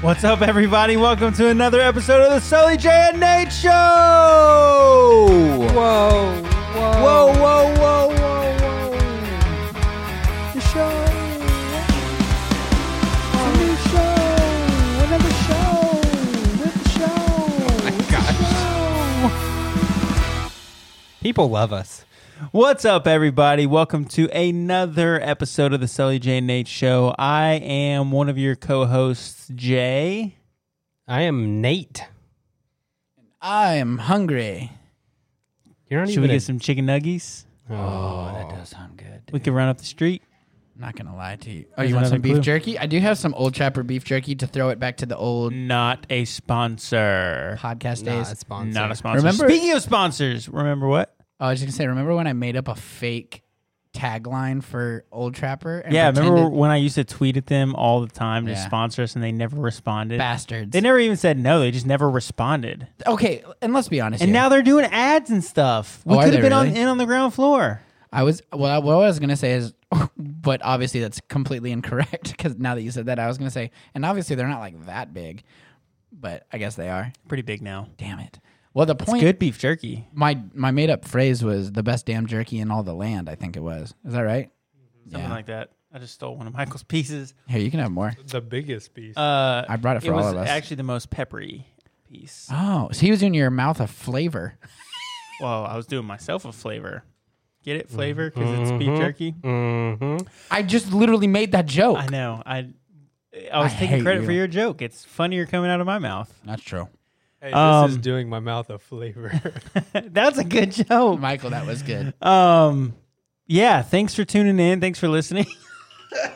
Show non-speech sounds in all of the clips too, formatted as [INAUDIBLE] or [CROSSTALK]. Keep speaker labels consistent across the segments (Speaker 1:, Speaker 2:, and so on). Speaker 1: What's up, everybody? Welcome to another episode of the Sully J and Nate Show.
Speaker 2: Whoa, whoa,
Speaker 1: Whoa, whoa, whoa, whoa, whoa! The show. It's a new show. Another show. We're the show. It's a show. People love us. What's up, everybody? Welcome to another episode of the Sully J and Nate Show. I am one of your co-hosts, Jay.
Speaker 2: I am Nate.
Speaker 3: I'm hungry.
Speaker 2: You're not
Speaker 1: Should
Speaker 2: even.
Speaker 1: we
Speaker 2: a-
Speaker 1: get some chicken nuggies?
Speaker 2: oh, that
Speaker 3: Does sound good.
Speaker 1: We could run up the street.
Speaker 3: I'm not gonna lie to you. Oh,
Speaker 1: Here's
Speaker 3: you want
Speaker 1: another
Speaker 3: some beef
Speaker 1: clue.
Speaker 3: jerky? I do have some old chopper beef jerky to throw it back to the old
Speaker 1: Not a sponsor.
Speaker 3: podcast
Speaker 2: Nah,
Speaker 3: days.
Speaker 2: it's sponsored.
Speaker 1: Not a sponsor.
Speaker 3: Remember-
Speaker 1: Speaking of sponsors, remember what?
Speaker 3: Oh, I was just gonna say, remember when I made up a fake tagline for Old Trapper? And
Speaker 1: yeah, remember
Speaker 3: pretended-
Speaker 1: when I used to tweet at them all the time to
Speaker 3: Yeah.
Speaker 1: sponsor us and they never responded?
Speaker 3: bastards.
Speaker 1: They never even said no. They just never responded.
Speaker 3: okay, and let's be honest.
Speaker 1: And
Speaker 3: here.
Speaker 1: now they're doing ads and stuff. We
Speaker 3: Oh, are
Speaker 1: could have
Speaker 3: they
Speaker 1: been on
Speaker 3: really?
Speaker 1: in on the ground floor.
Speaker 3: I was well. I- What I was gonna say is, [LAUGHS] but obviously that's completely incorrect [LAUGHS] because now that you said that, I was gonna say, and obviously they're not like that big, but I guess they are.
Speaker 1: Pretty big now.
Speaker 3: Damn it. Well, the point
Speaker 1: Good beef jerky.
Speaker 3: my my made up phrase was the best damn jerky in all the land. I think it was. Is that right?
Speaker 1: Something like that. I just stole one of Michael's pieces.
Speaker 3: Here, you can have more.
Speaker 2: The biggest piece.
Speaker 1: Uh,
Speaker 3: I brought it for
Speaker 1: it
Speaker 3: all
Speaker 1: was
Speaker 3: of us.
Speaker 1: actually the most peppery piece.
Speaker 3: oh, so he was in your mouth a flavor.
Speaker 1: Well, I was doing myself a flavor. Get it flavor because it's beef jerky.
Speaker 2: mm-hmm.
Speaker 3: I just literally made that joke.
Speaker 1: I know. I I was
Speaker 3: I
Speaker 1: taking
Speaker 3: hate
Speaker 1: credit for
Speaker 3: you.
Speaker 1: your joke. It's funnier coming out of my mouth. [LAUGHS]
Speaker 3: That's true,
Speaker 2: Hey, this is
Speaker 1: Um,
Speaker 2: doing my mouth
Speaker 1: [LAUGHS]
Speaker 2: a flavor.
Speaker 1: That's a good joke.
Speaker 3: Michael. That was good. [LAUGHS]
Speaker 1: Um, yeah. Thanks for tuning in. Thanks for listening. [LAUGHS]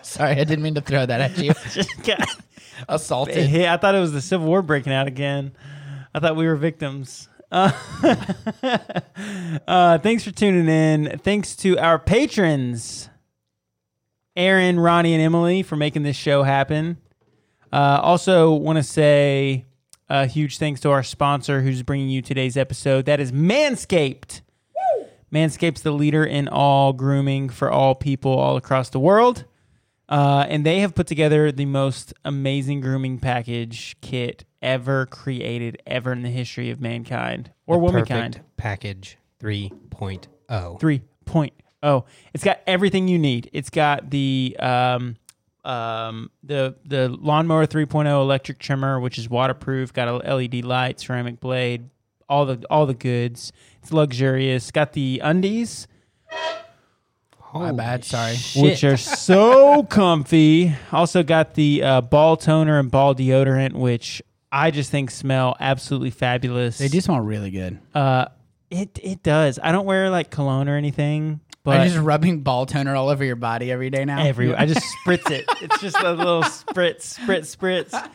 Speaker 3: Sorry, I didn't mean to throw that at you.
Speaker 1: Just got-
Speaker 3: Assaulted.
Speaker 1: Hey, I thought it was the Civil War breaking out again. I thought we were victims. [LAUGHS] Uh, uh, thanks for tuning in. Thanks to our patrons, Aaron, Ronnie, and Emily, for making this show happen. Uh, also, want to say a huge thanks to our sponsor who's bringing you today's episode. That is Manscaped. Manscaped's the leader in all grooming for all people all across the world. Uh, and they have put together the most amazing grooming package kit ever created, ever in the history of mankind or womankind.
Speaker 2: Perfect package oh. 3.0.
Speaker 1: 3.0. oh. It's got everything you need. It's got the um, um, the the lawnmower 3.0 electric trimmer, which is waterproof. Got a LED light, ceramic blade, all the all the goods. It's luxurious. Got the undies,
Speaker 3: My bad. Sorry.
Speaker 1: which are
Speaker 3: [LAUGHS]
Speaker 1: so comfy. Also got the uh, ball toner and ball deodorant, which I just think smell absolutely fabulous.
Speaker 3: They do smell really good.
Speaker 1: Uh, it it does. I don't wear like cologne or anything, but
Speaker 3: Are you just rubbing ball toner all over your body every day now?
Speaker 1: everywhere. I just spritz it. It's just a little spritz, spritz, spritz. Uh,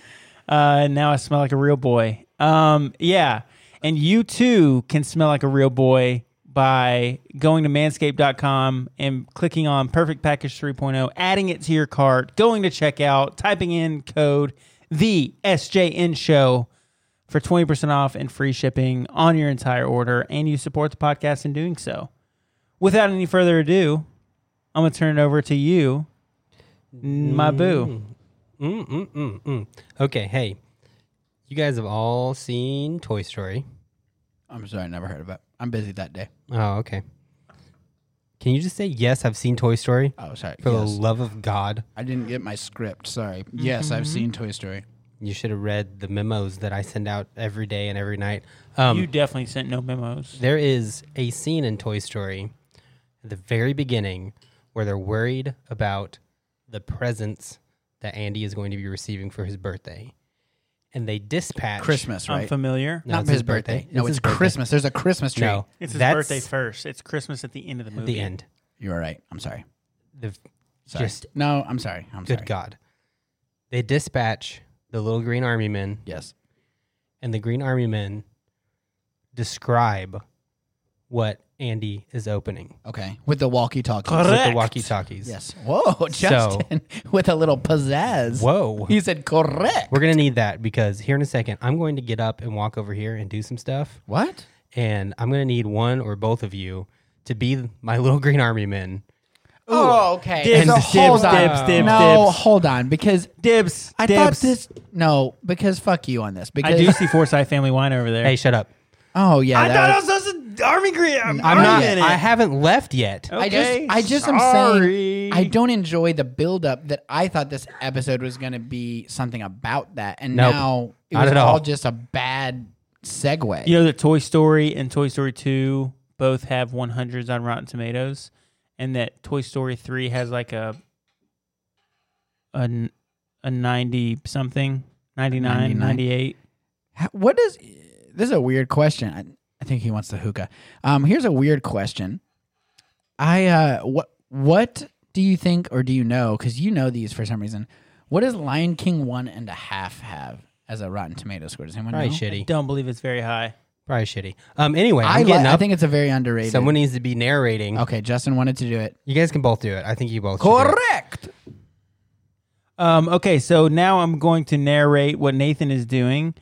Speaker 1: and now I smell like a real boy. Um, yeah. And you too can smell like a real boy by going to manscaped.com and clicking on Perfect Package 3.0, adding it to your cart, going to checkout, typing in code the SJN show for 20% off and free shipping on your entire order. And you support the podcast in doing so. Without any further ado, I'm gonna turn it over to you, n- my boo.
Speaker 2: Mm, mm, mm, mm. Okay, hey. You guys have all seen Toy Story.
Speaker 3: I'm sorry, I never heard of it. I'm busy that day.
Speaker 2: Oh, okay. Can you just say, yes, I've seen Toy Story?
Speaker 3: Oh, sorry.
Speaker 2: For
Speaker 3: Yes.
Speaker 2: the love of God,
Speaker 3: I didn't get my script. Sorry. Yes, I've
Speaker 1: Mm-hmm.
Speaker 3: seen Toy Story.
Speaker 2: you should have read the memos that I send out every day and every night. Um,
Speaker 1: you definitely sent no memos.
Speaker 2: There is a scene in Toy Story at the very beginning where they're worried about the presents that Andy is going to be receiving for his birthday. And they dispatch
Speaker 3: Christmas,
Speaker 1: I'm
Speaker 3: right?
Speaker 1: familiar.
Speaker 2: No,
Speaker 3: Not
Speaker 2: it's
Speaker 3: his birthday. No, it's,
Speaker 2: his birthday.
Speaker 3: Christmas. There's a Christmas tree.
Speaker 2: No,
Speaker 1: It's his
Speaker 2: that's
Speaker 1: birthday first. It's Christmas at the end of the
Speaker 2: at
Speaker 1: movie.
Speaker 2: the end.
Speaker 3: You are right. I'm sorry.
Speaker 2: The
Speaker 3: Sorry.
Speaker 2: Just-
Speaker 3: no, I'm sorry. I'm
Speaker 2: good
Speaker 3: sorry.
Speaker 2: God. They dispatch the little green army men,
Speaker 3: Yes.
Speaker 2: and the green army men describe what Andy is opening
Speaker 3: Okay. With the walkie-talkie.
Speaker 1: Correct.
Speaker 2: with the walkie talkies.
Speaker 3: Yes. Whoa, Justin, [LAUGHS] with a little pizzazz.
Speaker 2: Whoa.
Speaker 3: He said correct.
Speaker 2: We're gonna need that because here in a second, I'm going to get up and walk over here and do some stuff,
Speaker 3: What?
Speaker 2: [LAUGHS] and I'm gonna need one or both of you to be my little green army men
Speaker 3: Oh, okay.
Speaker 1: Dibs,
Speaker 3: so
Speaker 1: dibs,
Speaker 3: hold on.
Speaker 1: dibs, dibs,
Speaker 3: no,
Speaker 1: dibs.
Speaker 3: hold on, because
Speaker 1: Dibs.
Speaker 3: I
Speaker 1: dibs.
Speaker 3: thought this. No, because fuck you on this. Because
Speaker 1: I do see Forsyth family wine over there.
Speaker 2: Hey, shut up.
Speaker 3: oh yeah,
Speaker 1: I
Speaker 3: that
Speaker 1: thought
Speaker 3: was-
Speaker 1: I was supposed to army green. I'm,
Speaker 2: I'm not.
Speaker 1: In it.
Speaker 2: I haven't left yet.
Speaker 1: Oh.
Speaker 3: I just,
Speaker 1: Okay,
Speaker 3: I just am
Speaker 1: sorry.
Speaker 3: saying, I don't enjoy the buildup that I thought this episode was going to be something about that, and
Speaker 2: Nope.
Speaker 3: now it
Speaker 2: Not
Speaker 3: was
Speaker 2: at
Speaker 3: all
Speaker 2: all.
Speaker 3: just a bad segue.
Speaker 1: You know that Toy Story and Toy Story 2 both have 100s on Rotten Tomatoes, and that Toy Story 3 has like a a, n- a 90 something, 99,
Speaker 3: 99.
Speaker 1: 98.
Speaker 3: How- What is this? Is a weird question. I, I think he wants the hookah. Um, here's a weird question. I uh, what what do you think, or do you know? Because you know these for some reason. What does Lion King one and a half have as a Rotten Tomato score? Does anyone
Speaker 2: Probably
Speaker 3: know?
Speaker 2: shitty.
Speaker 1: Don't believe it's very high.
Speaker 2: Probably shitty. Um. Anyway, I'm
Speaker 3: I,
Speaker 2: getting
Speaker 3: li- I
Speaker 2: up.
Speaker 3: think it's a very underrated.
Speaker 2: Someone needs to be narrating.
Speaker 3: okay, Justin wanted to do it.
Speaker 2: You guys can both do it. I think you both. should do it.
Speaker 3: [LAUGHS] Correct.
Speaker 1: Um, okay, so now I'm going to narrate what Nathan is doing.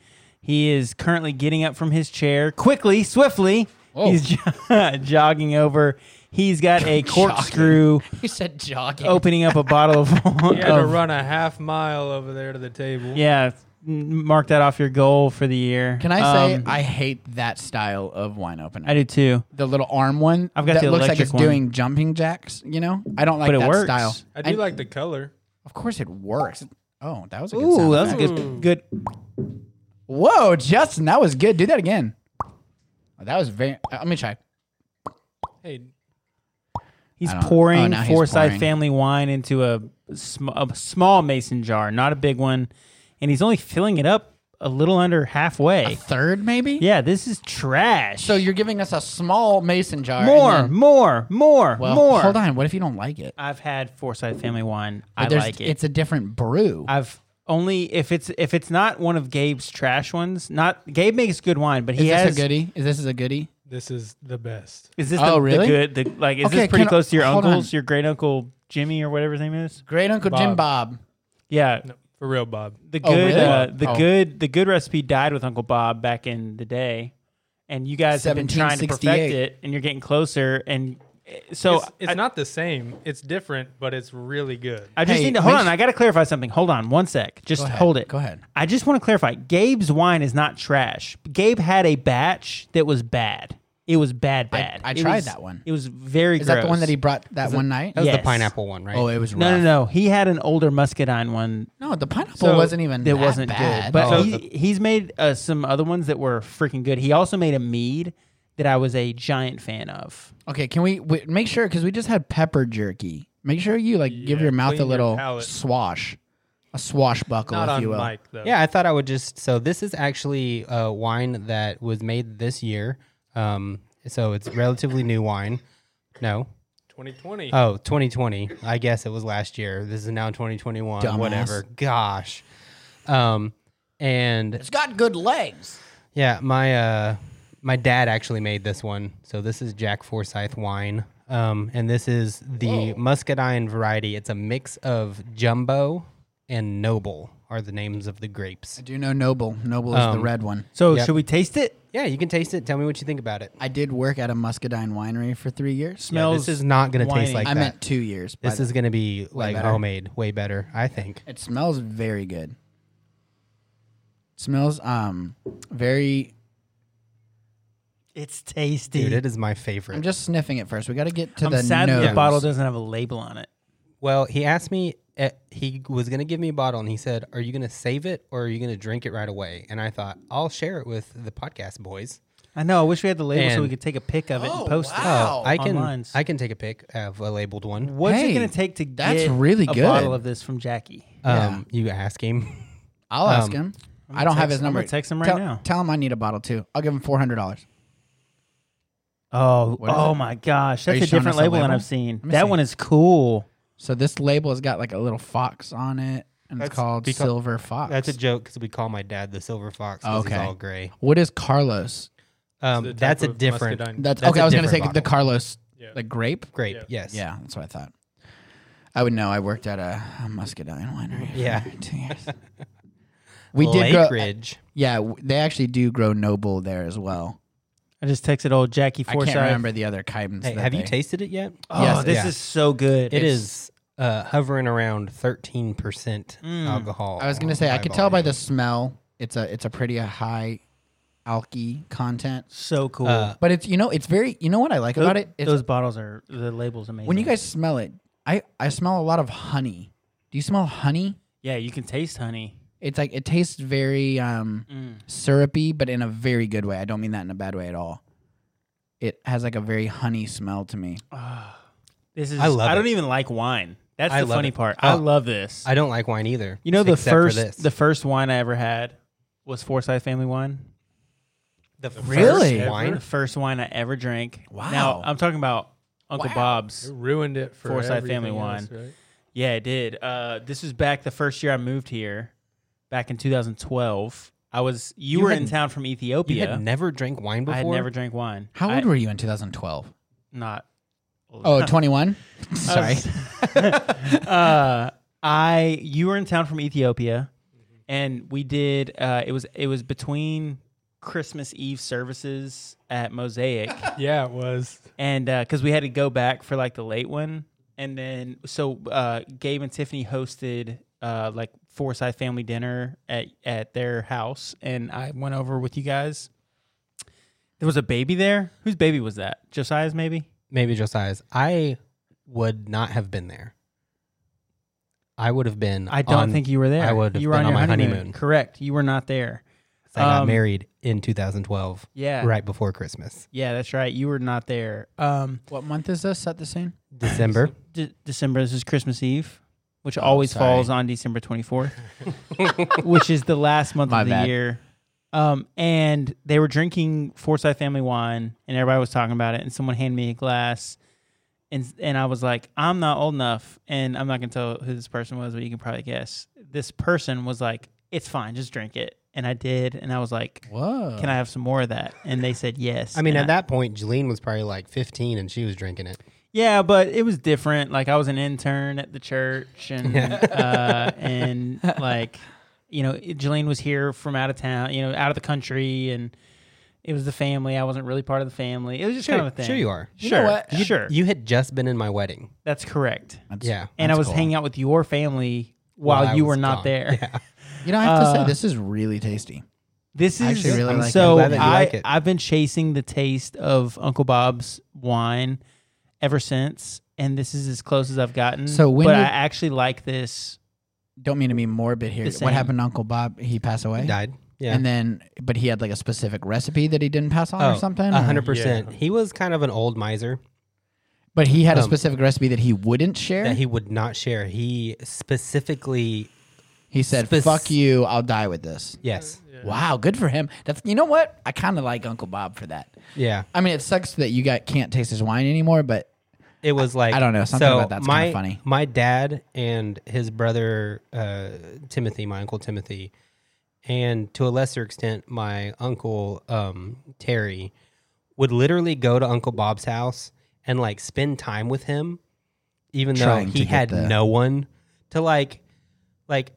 Speaker 1: He is currently getting up from his chair quickly, swiftly.
Speaker 3: Whoa.
Speaker 1: He's jo- [LAUGHS] jogging over. He's got
Speaker 4: [LAUGHS]
Speaker 1: a corkscrew
Speaker 3: You said jogging.
Speaker 1: opening up a bottle
Speaker 4: [LAUGHS]
Speaker 1: of,
Speaker 4: You had to
Speaker 1: of
Speaker 4: run a half mile over there to the table.
Speaker 1: Yeah, m- mark that off your goal for the year.
Speaker 3: Can I say
Speaker 1: Um,
Speaker 3: I hate that style of wine opener?
Speaker 1: I do too.
Speaker 3: the little arm one.
Speaker 1: I've got
Speaker 3: that
Speaker 1: the
Speaker 3: looks like
Speaker 1: electric
Speaker 3: it's
Speaker 1: one.
Speaker 3: doing jumping jacks. You know, I don't like
Speaker 1: But it
Speaker 3: that
Speaker 1: works.
Speaker 3: style.
Speaker 4: I do like the color.
Speaker 3: Of course, it works. Oh, that was a good
Speaker 1: Ooh,
Speaker 3: sound
Speaker 1: that was a
Speaker 3: effect.
Speaker 1: good. Good.
Speaker 3: Whoa, Justin, that was good. Do that again. Oh, that was very. uh, let me try.
Speaker 4: Hey,
Speaker 1: He's
Speaker 3: I don't- oh,
Speaker 1: pouring
Speaker 3: now he's
Speaker 1: Forsyth
Speaker 3: pouring.
Speaker 1: family wine into a, sm- a small mason jar, not a big one, and he's only filling it up a little under halfway.
Speaker 3: A third, maybe.
Speaker 1: yeah, this is trash.
Speaker 3: So you're giving us a small mason jar. and
Speaker 1: more,
Speaker 3: then-
Speaker 1: more, more,
Speaker 3: well,
Speaker 1: more.
Speaker 3: Hold on. What if you don't like it?
Speaker 1: I've had Forsyth family wine. I
Speaker 3: There's-
Speaker 1: like it.
Speaker 3: It's a different brew.
Speaker 1: I've only if it's if it's not one of Gabe's trash ones. Not Gabe makes good wine, but
Speaker 3: is
Speaker 1: he
Speaker 3: this
Speaker 1: has
Speaker 3: a goodie? Is this is a goodie?
Speaker 4: this is the best.
Speaker 1: Is this
Speaker 3: Oh,
Speaker 1: the, the
Speaker 3: really?
Speaker 1: good? The, like, is
Speaker 3: Okay,
Speaker 1: this pretty
Speaker 3: can I-
Speaker 1: close to your
Speaker 3: hold
Speaker 1: uncle's,
Speaker 3: on.
Speaker 1: your great uncle Jimmy or whatever his name is?
Speaker 3: Great Uncle Jim Bob.
Speaker 1: Yeah,
Speaker 4: No, for real, Bob.
Speaker 1: the good,
Speaker 3: Oh, really?
Speaker 1: uh, the
Speaker 3: Oh.
Speaker 1: good, the good recipe died with Uncle Bob back in the day, and you guys have been trying to perfect
Speaker 3: 1768.
Speaker 1: it, and you're getting closer, and eh, so
Speaker 4: It's, it's
Speaker 1: I,
Speaker 4: not the same. It's different, but it's really good.
Speaker 1: I just
Speaker 3: Hey,
Speaker 1: need to hold
Speaker 3: make
Speaker 1: on.
Speaker 3: s-
Speaker 1: I got to clarify something. Hold on, one sec. Just
Speaker 3: Go ahead,
Speaker 1: hold it.
Speaker 3: go ahead.
Speaker 1: I just want to clarify. Gabe's wine is not trash. Gabe had a batch that was bad. It was bad, bad.
Speaker 3: I
Speaker 1: It
Speaker 3: tried
Speaker 1: was-
Speaker 3: that one.
Speaker 1: It was very.
Speaker 3: Is that the one
Speaker 1: gross.
Speaker 3: that he brought that one night?
Speaker 2: That was
Speaker 1: Yes.
Speaker 2: the pineapple one, right?
Speaker 3: Oh, it was rough.
Speaker 1: No, no, no. He had an older muscadine one
Speaker 3: No, the pineapple
Speaker 4: So,
Speaker 3: wasn't even
Speaker 1: that
Speaker 3: that
Speaker 1: wasn't
Speaker 3: bad.
Speaker 1: good. But
Speaker 2: Oh.
Speaker 1: he, he's made uh, some other ones that were freaking good. He also made a mead that I was a giant fan of.
Speaker 3: okay, can we, we make sure because we just had pepper jerky. Make sure you like give
Speaker 4: Yeah,
Speaker 3: your mouth
Speaker 4: clean
Speaker 3: a
Speaker 4: your
Speaker 3: little
Speaker 4: palate.
Speaker 3: swash, a swashbuckle,
Speaker 4: Not
Speaker 3: if
Speaker 4: on
Speaker 3: you will.
Speaker 4: mic though.
Speaker 2: Yeah, I thought I would just. So this is actually uh, wine that was made this year. Um, so it's relatively new wine. No.
Speaker 4: 2020.
Speaker 2: Oh, 2020. I guess it was last year. This is now 2021.
Speaker 3: Dumbass.
Speaker 2: Whatever. Gosh. Um, and
Speaker 3: It's got good legs.
Speaker 2: yeah, my uh, my dad actually made this one. So this is Jack Forsyth wine. Um, and this is the muscadine variety. It's a mix of jumbo and noble are the names of the grapes.
Speaker 3: I do know Noble. Noble is the
Speaker 1: Um,
Speaker 3: red one.
Speaker 1: So
Speaker 2: Yep.
Speaker 1: should we taste it?
Speaker 2: Yeah, you can taste it. Tell me what you think about it.
Speaker 3: I did work at a Muscadine winery for three years.
Speaker 2: Yeah,
Speaker 1: Smells.
Speaker 2: this is not going to
Speaker 1: whiny.
Speaker 2: taste like
Speaker 3: I
Speaker 2: that.
Speaker 3: meant two years.
Speaker 2: this is going to be like
Speaker 3: better.
Speaker 2: homemade, way better, I think.
Speaker 3: It smells very good. smells um very.
Speaker 1: it's tasty.
Speaker 2: Dude, it is my
Speaker 3: I'm
Speaker 2: favorite.
Speaker 3: just sniffing it first. We got to get to
Speaker 1: I'm
Speaker 3: the
Speaker 1: sad that
Speaker 3: nose.
Speaker 1: the bottle doesn't have a label on it.
Speaker 2: well, he asked me eh, he was going to give me a bottle and he said, "Are you going to save it or are you going to drink it right away?" And I thought, "I'll share it with the podcast boys."
Speaker 1: I know. I wish we had the label so
Speaker 2: And-
Speaker 1: we could take a pic of it
Speaker 3: Oh,
Speaker 1: and post
Speaker 3: wow.
Speaker 1: it.
Speaker 2: I can
Speaker 1: Online's.
Speaker 2: I can take a pic of a labeled one.
Speaker 1: What's it
Speaker 3: Hey,
Speaker 1: going to take to
Speaker 3: that's
Speaker 1: get
Speaker 3: really
Speaker 1: a
Speaker 3: good.
Speaker 1: bottle of this from Jackie?
Speaker 2: Um, you ask
Speaker 4: [LAUGHS]
Speaker 2: him.
Speaker 3: I'll
Speaker 2: Um,
Speaker 3: ask him. I don't have
Speaker 1: text-
Speaker 3: his
Speaker 1: I'm
Speaker 3: number.
Speaker 1: gonna text him right
Speaker 3: tell,
Speaker 1: now.
Speaker 3: Tell him I need a bottle too. I'll give him four hundred dollars.
Speaker 1: Oh,
Speaker 3: is
Speaker 1: oh
Speaker 3: it?
Speaker 1: my gosh,
Speaker 3: you
Speaker 1: that's a
Speaker 3: showing
Speaker 1: different
Speaker 3: us a
Speaker 1: label, than
Speaker 3: label?
Speaker 1: I've seen.
Speaker 3: Let me
Speaker 1: That
Speaker 3: see.
Speaker 1: one is cool.
Speaker 3: So this label has got like a little fox on it, and it's
Speaker 2: That's
Speaker 3: called
Speaker 2: because-
Speaker 3: Silver Fox.
Speaker 2: That's a joke because we call my dad the silver fox. 'cause
Speaker 3: Okay.
Speaker 2: he's all gray.
Speaker 3: what is Carlos?
Speaker 2: Um,
Speaker 4: The type
Speaker 2: that's a
Speaker 4: of
Speaker 2: different
Speaker 4: Muscadine.
Speaker 3: That's,
Speaker 2: That's
Speaker 3: okay.
Speaker 2: a
Speaker 3: I was gonna say
Speaker 2: different
Speaker 3: the
Speaker 2: bottle.
Speaker 3: Carlos,
Speaker 4: Yeah.
Speaker 3: like grape.
Speaker 2: grape.
Speaker 4: Yeah.
Speaker 2: Yes.
Speaker 3: Yeah, that's what I thought. I would know. I worked at a, a muscadine winery. for
Speaker 2: Yeah.
Speaker 3: two years. we did
Speaker 2: Lake
Speaker 3: grow.
Speaker 2: Ridge.
Speaker 3: Yeah, w- they actually do grow noble there as well.
Speaker 1: I just texted old Jackie
Speaker 3: I
Speaker 1: Forsyth.
Speaker 3: can't remember the other Kybens.
Speaker 2: Hey,
Speaker 3: that
Speaker 2: have you
Speaker 3: they-
Speaker 2: tasted it yet?
Speaker 1: Oh,
Speaker 3: Yes,
Speaker 1: this
Speaker 2: yeah.
Speaker 1: is so good.
Speaker 2: It is uh, hovering around 13%
Speaker 1: Mm.
Speaker 2: alcohol.
Speaker 3: I was gonna say I could tell by
Speaker 2: volume.
Speaker 3: the smell. It's a it's a pretty uh, high alky content.
Speaker 1: so cool.
Speaker 2: Uh,
Speaker 3: But it's you know it's very you know what I like
Speaker 1: Tho-
Speaker 3: about it. It's,
Speaker 1: those bottles are the labels amazing.
Speaker 3: when you guys smell it, I I smell a lot of honey. Do you smell honey?
Speaker 1: yeah, you can taste honey.
Speaker 3: It's like it tastes very um
Speaker 1: Mm.
Speaker 3: syrupy, but in a very good way. I don't mean that in a bad way at all. It has like a very honey smell to me.
Speaker 1: This is.
Speaker 2: I love
Speaker 1: I don't
Speaker 2: it.
Speaker 1: even like wine. That's
Speaker 2: I
Speaker 1: the
Speaker 2: love
Speaker 1: funny
Speaker 2: it.
Speaker 1: part.
Speaker 2: Oh.
Speaker 1: I love this.
Speaker 2: I don't like wine either.
Speaker 1: you know the
Speaker 2: except for
Speaker 1: first
Speaker 2: this.
Speaker 1: the first wine I ever had was Forsyth family wine.
Speaker 2: the first
Speaker 3: Really?
Speaker 1: The
Speaker 2: wine.
Speaker 1: first wine I ever drank.
Speaker 3: Wow.
Speaker 1: Now I'm talking about Uncle
Speaker 3: Wow.
Speaker 1: Bob's.
Speaker 4: It ruined it for
Speaker 1: Forsyth
Speaker 4: everything
Speaker 1: family
Speaker 4: else,
Speaker 1: wine.
Speaker 4: right?
Speaker 1: Yeah, it did. Uh, this was back the first year I moved here, back in 2012. I was you,
Speaker 2: You
Speaker 1: were
Speaker 2: had-
Speaker 1: in town from
Speaker 2: You
Speaker 1: Ethiopia.
Speaker 2: had never drank wine before.
Speaker 1: I had never drank wine.
Speaker 3: How
Speaker 1: I-
Speaker 3: old were you in 2012?
Speaker 1: Not. [LAUGHS]
Speaker 3: Oh, 21? [LAUGHS] Sorry.
Speaker 1: uh, I you were in town from Ethiopia, and we did. Uh, it was it was between Christmas Eve services at
Speaker 2: [LAUGHS]
Speaker 1: Mosaic,
Speaker 4: Yeah, it was.
Speaker 1: and because we had to go back for like the late one, and then so uh, Gabe and Tiffany hosted uh, like Forsyth family dinner at at their house, and I went over with you guys. There was a baby there. Whose baby was that? Josiah's maybe.
Speaker 2: Maybe Josiah's. I would not have been there. I would have been.
Speaker 1: I don't
Speaker 2: on-
Speaker 1: think you were there.
Speaker 2: I would have
Speaker 1: You were
Speaker 2: been
Speaker 1: on,
Speaker 2: on
Speaker 1: your
Speaker 2: my
Speaker 1: honeymoon.
Speaker 2: honeymoon.
Speaker 1: Correct. You were not there.
Speaker 2: I got
Speaker 1: um,
Speaker 2: married in 2012,
Speaker 1: Yeah.
Speaker 2: right before Christmas,
Speaker 1: Yeah, that's right. You were not there. Um,
Speaker 3: what month is this? Set the scene.
Speaker 2: December.
Speaker 1: De- December. This is Christmas Eve, which always
Speaker 3: sorry.
Speaker 1: falls on December twenty fourth, [LAUGHS] which is the last month
Speaker 3: My
Speaker 1: of the
Speaker 3: bad.
Speaker 1: year. Um, and they were drinking Forsyth family wine, and everybody was talking about it. And someone handed me a glass, and and I was like, I'm not old enough, and I'm not gonna tell who this person was, but you can probably guess. This person was like, It's fine, just drink it. And I did, and I was like,
Speaker 3: Whoa.
Speaker 1: Can I have some more of that? And they said yes.
Speaker 2: I mean,
Speaker 1: And
Speaker 2: at that point, Jeline was probably like 15, and she was drinking it.
Speaker 1: Yeah, but it was different. Like I was an intern at the church, and
Speaker 2: [LAUGHS]
Speaker 1: uh, and like you know, Jelaine was here from out of town, you know, out of the country, and it was the family. I wasn't really part of the family. It was just kind of a thing.
Speaker 2: sure you are.
Speaker 1: Sure,
Speaker 3: know what?
Speaker 1: sure.
Speaker 2: You had just been in my wedding.
Speaker 1: That's correct.
Speaker 3: That's-
Speaker 2: Yeah.
Speaker 1: And I
Speaker 3: that's
Speaker 1: was
Speaker 3: cool.
Speaker 1: hanging out with your family while
Speaker 2: I
Speaker 1: you were
Speaker 2: was
Speaker 1: not
Speaker 2: gone.
Speaker 1: there.
Speaker 2: Yeah.
Speaker 3: You know, I have to say
Speaker 1: Uh,
Speaker 3: this is really tasty.
Speaker 1: [LAUGHS] This is
Speaker 3: I actually really like it.
Speaker 1: so
Speaker 2: I'm glad that you
Speaker 1: I
Speaker 2: like it.
Speaker 1: I've been chasing the taste of Uncle Bob's wine ever since, and this is as close as I've gotten.
Speaker 3: So when
Speaker 1: but
Speaker 3: did-
Speaker 1: I actually like this.
Speaker 3: Don't mean to be morbid here.
Speaker 1: The
Speaker 3: What
Speaker 1: same.
Speaker 3: happened to Uncle Bob? He passed away.
Speaker 2: Died. Yeah.
Speaker 3: And then, but he had like a specific recipe that he didn't pass
Speaker 1: Oh,
Speaker 2: Oh,
Speaker 3: on or something. or-
Speaker 2: 100%.
Speaker 4: Yeah.
Speaker 2: He was kind of an old miser
Speaker 3: But he had a
Speaker 2: Um,
Speaker 3: specific recipe that he wouldn't share.
Speaker 2: that
Speaker 3: he,
Speaker 2: he would not share. He specifically,
Speaker 3: said,
Speaker 2: spec-
Speaker 3: "Fuck you, I'll die with this."
Speaker 2: yes.
Speaker 3: Wow, good for him. That's you know what? I kind of like Uncle Bob for that.
Speaker 2: Yeah.
Speaker 3: I mean, it sucks that you got can't taste his wine anymore, but
Speaker 2: It was like
Speaker 3: I don't know, something
Speaker 2: so
Speaker 3: about that's kinda
Speaker 2: my,
Speaker 3: funny.
Speaker 2: My dad and his brother uh, Timothy, my uncle Timothy, and to a lesser extent my uncle um, Terry, would literally go to Uncle Bob's house and like spend time with him, even
Speaker 3: Trying
Speaker 2: though
Speaker 3: to
Speaker 2: he
Speaker 3: get
Speaker 2: had
Speaker 3: the-
Speaker 2: no one to like, like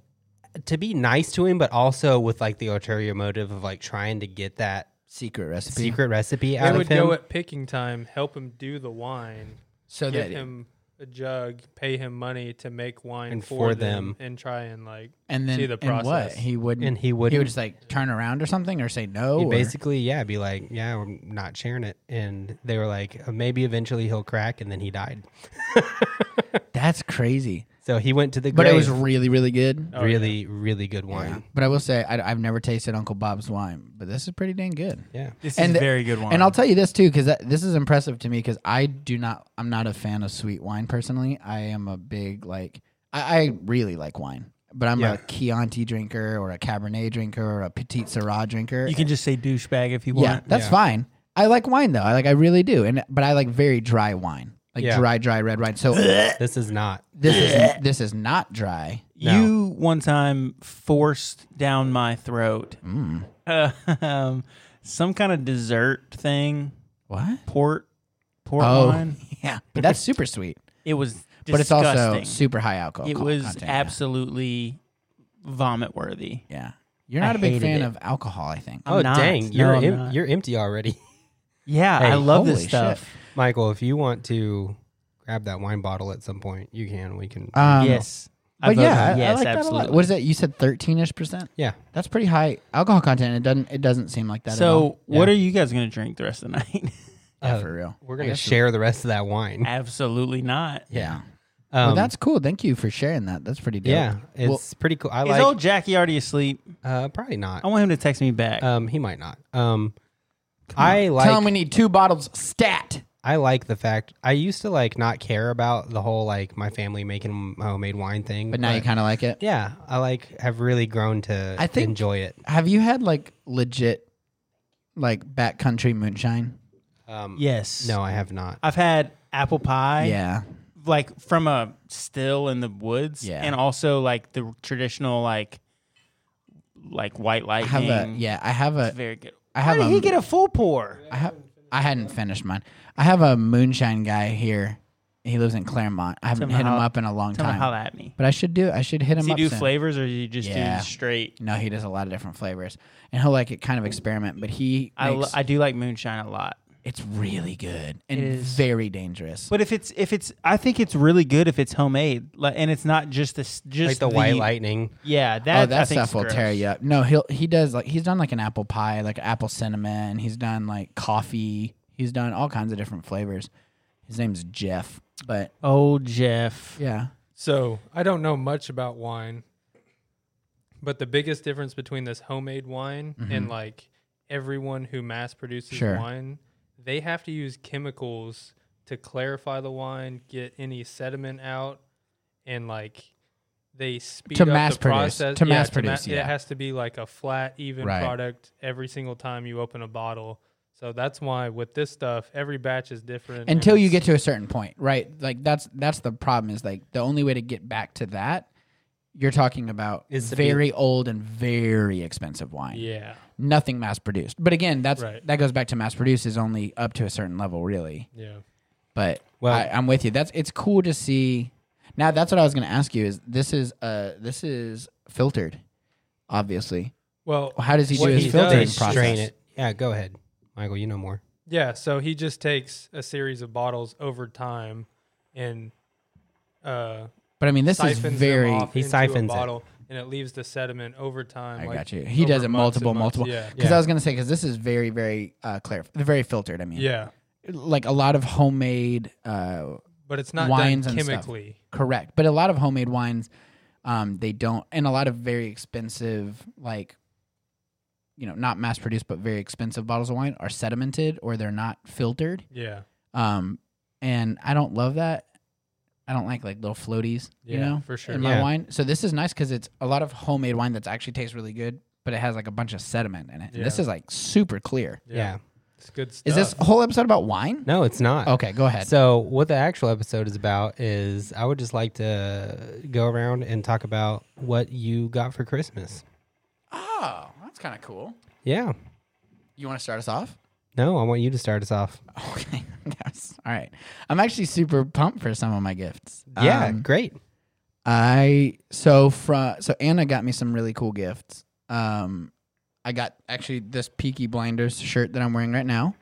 Speaker 2: to be nice to him, but also with like the ulterior motive of like trying to get that
Speaker 3: secret recipe.
Speaker 2: secret recipe
Speaker 4: They
Speaker 2: out
Speaker 4: would
Speaker 2: of him.
Speaker 4: go at picking time, help him do the wine,
Speaker 3: So
Speaker 4: give
Speaker 3: that
Speaker 4: him a jug, pay him money to make wine
Speaker 2: And
Speaker 4: for,
Speaker 2: for
Speaker 4: them,
Speaker 2: them.
Speaker 4: and try and like
Speaker 3: and then
Speaker 4: see the
Speaker 3: and what
Speaker 4: process.
Speaker 3: he wouldn't
Speaker 2: and he would
Speaker 3: he would just like turn around or something or say no.
Speaker 2: He
Speaker 3: or-
Speaker 2: basically, yeah, be like, yeah, we're not sharing it. And they were like, uh, maybe eventually he'll crack. And then he died.
Speaker 3: that's crazy.
Speaker 2: So he went to the grave.
Speaker 3: But it was really really good.
Speaker 4: Oh,
Speaker 2: really, really good wine.
Speaker 3: But I will say I, have never tasted Uncle Bob's wine, but this is pretty dang good.
Speaker 2: Yeah.
Speaker 1: This
Speaker 3: And
Speaker 1: is
Speaker 3: the-
Speaker 1: very good wine.
Speaker 3: And I'll tell you this too, because this is impressive to me, because I do not, I'm not a fan of sweet wine personally. I am a big like, I, I really like wine, but I'm
Speaker 2: Yeah.
Speaker 3: a Chianti drinker or a Cabernet drinker or a Petit Syrah drinker.
Speaker 1: You can just say douchebag if you
Speaker 3: yeah,
Speaker 1: want.
Speaker 3: that's
Speaker 2: yeah.
Speaker 3: fine. I like wine though. I like, I really do, and but I like very dry wine, like
Speaker 2: Yeah.
Speaker 3: dry, dry red wine. So
Speaker 2: This is not.
Speaker 3: this is this is not dry.
Speaker 2: No.
Speaker 1: You one time forced down my throat
Speaker 3: Mm.
Speaker 1: uh, [LAUGHS] um, some kind of dessert thing,
Speaker 3: What?
Speaker 1: port, port
Speaker 3: Oh.
Speaker 1: wine.
Speaker 3: [LAUGHS] Yeah, but that's super sweet.
Speaker 1: It was disgusting.
Speaker 3: But it's also super high alcohol.
Speaker 1: It was
Speaker 3: content, yeah.
Speaker 1: absolutely vomit worthy.
Speaker 3: Yeah. You're
Speaker 1: I
Speaker 3: not a big
Speaker 1: hated
Speaker 3: fan
Speaker 1: it.
Speaker 3: of alcohol, I think.
Speaker 1: I'm
Speaker 2: oh,
Speaker 1: not.
Speaker 2: dang.
Speaker 1: No,
Speaker 2: You're,
Speaker 1: I'm
Speaker 2: em-
Speaker 1: not.
Speaker 2: you're empty already. [LAUGHS]
Speaker 1: Yeah,
Speaker 2: Hey,
Speaker 1: I love this
Speaker 3: holy
Speaker 1: stuff.
Speaker 3: shit.
Speaker 2: Michael, if you want to grab that wine bottle at some point, you can. We can.
Speaker 3: Um,
Speaker 1: yes. I
Speaker 3: But
Speaker 1: vote
Speaker 3: yeah, I-
Speaker 1: yes,
Speaker 3: I like that a
Speaker 1: absolutely.
Speaker 3: lot. What is that? You said thirteen ish percent.
Speaker 2: yeah.
Speaker 3: That's pretty high alcohol content. It doesn't. It doesn't seem like that. at all.
Speaker 1: So, what
Speaker 2: Yeah.
Speaker 1: are you guys going to drink the rest of the [LAUGHS] night?
Speaker 3: Yeah,
Speaker 2: Uh,
Speaker 3: for real,
Speaker 2: We're
Speaker 3: I
Speaker 2: going to
Speaker 3: guess-
Speaker 2: share the rest of that wine.
Speaker 1: absolutely not.
Speaker 3: Yeah.
Speaker 2: Um,
Speaker 3: well, that's cool. Thank you for sharing that. That's pretty dope.
Speaker 2: yeah. It's
Speaker 3: Well-
Speaker 2: pretty cool. I
Speaker 1: Is
Speaker 2: like.
Speaker 1: old Jackie already asleep?
Speaker 2: uh, probably not.
Speaker 1: I want him to text me back.
Speaker 3: Uh,
Speaker 2: Um, he might not. Um, I
Speaker 3: Tell him we
Speaker 2: like.
Speaker 3: need two bottles stat.
Speaker 2: I like the fact. I used to like not care about the whole like my family making homemade wine thing,
Speaker 3: But now you kind of like it.
Speaker 2: Yeah, I like have really grown to
Speaker 3: I think-
Speaker 2: enjoy it.
Speaker 3: Have you had like legit, like backcountry moonshine?
Speaker 2: Um,
Speaker 1: yes.
Speaker 2: No, I have not.
Speaker 1: I've had apple pie,
Speaker 3: yeah.
Speaker 1: like from a still in the woods,
Speaker 3: Yeah.
Speaker 1: and also like the traditional like like white
Speaker 3: I
Speaker 1: lightning.
Speaker 3: have a yeah. I have a.
Speaker 1: It's very good.
Speaker 3: I have
Speaker 1: How did
Speaker 3: a-
Speaker 1: he get a full pour?
Speaker 3: I have. I hadn't finished mine. I have a moonshine guy here. He lives in Claremont. I haven't
Speaker 1: me
Speaker 3: hit him
Speaker 1: how-
Speaker 3: up in a long
Speaker 1: Tell me
Speaker 3: time.
Speaker 1: how at me.
Speaker 3: But I should do. I should hit him
Speaker 1: Does he
Speaker 3: up.
Speaker 1: do
Speaker 3: soon.
Speaker 1: flavors or do you just
Speaker 3: Yeah.
Speaker 1: do straight?
Speaker 3: No, he does a lot of different flavors, and he'll like it kind of experiment. But he
Speaker 1: I, lo-
Speaker 3: makes,
Speaker 1: I do like moonshine a lot.
Speaker 3: it's really good and
Speaker 1: It is.
Speaker 3: very dangerous.
Speaker 1: But if it's if it's I think it's really good if it's homemade like, and it's not just this just
Speaker 2: Like the, white lightning.
Speaker 1: Yeah, that,
Speaker 3: oh,
Speaker 1: I
Speaker 3: that
Speaker 1: think
Speaker 3: stuff will
Speaker 1: gross.
Speaker 3: tear you up. No, he'll he does like he's done like an apple pie, like apple cinnamon. He's done like coffee. He's done all kinds of different flavors. His name's Jeff, but
Speaker 1: Oh,
Speaker 3: [LAUGHS]
Speaker 1: Jeff.
Speaker 3: yeah,
Speaker 4: So I don't know much about wine, but the biggest difference between this homemade wine and like everyone who mass produces
Speaker 3: Mm-hmm. Sure.
Speaker 4: wine, they have to use chemicals to clarify the wine, get any sediment out, and like they speed
Speaker 3: To
Speaker 4: up
Speaker 3: mass
Speaker 4: the
Speaker 3: produce-
Speaker 4: process.
Speaker 3: to mass produce,
Speaker 4: it
Speaker 3: yeah.
Speaker 4: has to be like a flat, even
Speaker 3: Right.
Speaker 4: product every single time you open a bottle. So that's why with this stuff, every batch is different. and
Speaker 3: until you
Speaker 4: it's-
Speaker 3: get to a certain point, right? Like that's that's the problem is like the only way to get back to that. You're talking about
Speaker 2: Is to be-
Speaker 3: very old and very expensive wine.
Speaker 4: yeah,
Speaker 3: nothing mass produced. But again, that's
Speaker 4: Right.
Speaker 3: that goes back to mass produced is only up to a certain level, really.
Speaker 4: yeah.
Speaker 3: But
Speaker 2: Well-
Speaker 3: I, I'm with you. That's it's cool to see. Now that's what I was going to ask you. Is this is uh this is filtered, obviously.
Speaker 4: Well,
Speaker 3: How does he
Speaker 4: What
Speaker 3: do his
Speaker 4: he
Speaker 3: filtering
Speaker 4: does is
Speaker 3: process?
Speaker 2: Strain it. Yeah, go ahead, Michael. You know more.
Speaker 4: Yeah, so he just takes a series of bottles over time and uh,
Speaker 3: But I mean, this is
Speaker 4: siphons
Speaker 3: very.
Speaker 4: them off
Speaker 2: He
Speaker 4: into
Speaker 2: siphons it.
Speaker 4: a bottle, and it leaves the sediment over time.
Speaker 3: I
Speaker 4: like,
Speaker 3: got you. He does
Speaker 4: over
Speaker 3: it
Speaker 4: months and
Speaker 3: multiple,
Speaker 4: months.
Speaker 3: multiple.
Speaker 4: Yeah,
Speaker 3: Because
Speaker 2: Yeah.
Speaker 3: I was going to say, because this is very, very uh, clear, very filtered. I mean,
Speaker 4: yeah,
Speaker 3: like a lot of homemade. Uh,
Speaker 4: but it's not
Speaker 3: Wines
Speaker 4: done
Speaker 3: and stuff.
Speaker 4: chemically.
Speaker 3: Correct. But a lot of homemade wines, um, they don't, and a lot of very expensive, like, you know, not mass produced, but very expensive bottles of wine are sedimented or they're not filtered.
Speaker 4: Yeah,
Speaker 3: Um, and I don't love that. I don't like like little floaties, you
Speaker 4: Yeah,
Speaker 3: know,
Speaker 4: for sure.
Speaker 3: in my
Speaker 2: Yeah.
Speaker 3: wine. So this is nice because it's a lot of homemade wine that's actually tastes really good, but it has like a bunch of sediment in it. And this
Speaker 4: Yeah.
Speaker 3: is like super clear.
Speaker 2: Yeah.
Speaker 4: it's good stuff.
Speaker 3: Is this whole episode about wine?
Speaker 2: No, it's not.
Speaker 3: Okay, Oh, go ahead.
Speaker 2: So, what the actual episode is about is I would just like to go around and talk about what you got for Christmas.
Speaker 3: oh, that's kind of cool.
Speaker 2: Yeah.
Speaker 3: You want to start us off?
Speaker 2: No, I want you to start us off.
Speaker 3: [LAUGHS] Okay. [LAUGHS] Yes. All right. I'm actually super pumped for some of my gifts.
Speaker 2: Yeah,
Speaker 3: Um,
Speaker 2: great.
Speaker 3: I so from so Anna got me some really cool gifts. Um, I got actually this Peaky Blinders shirt that I'm wearing right now.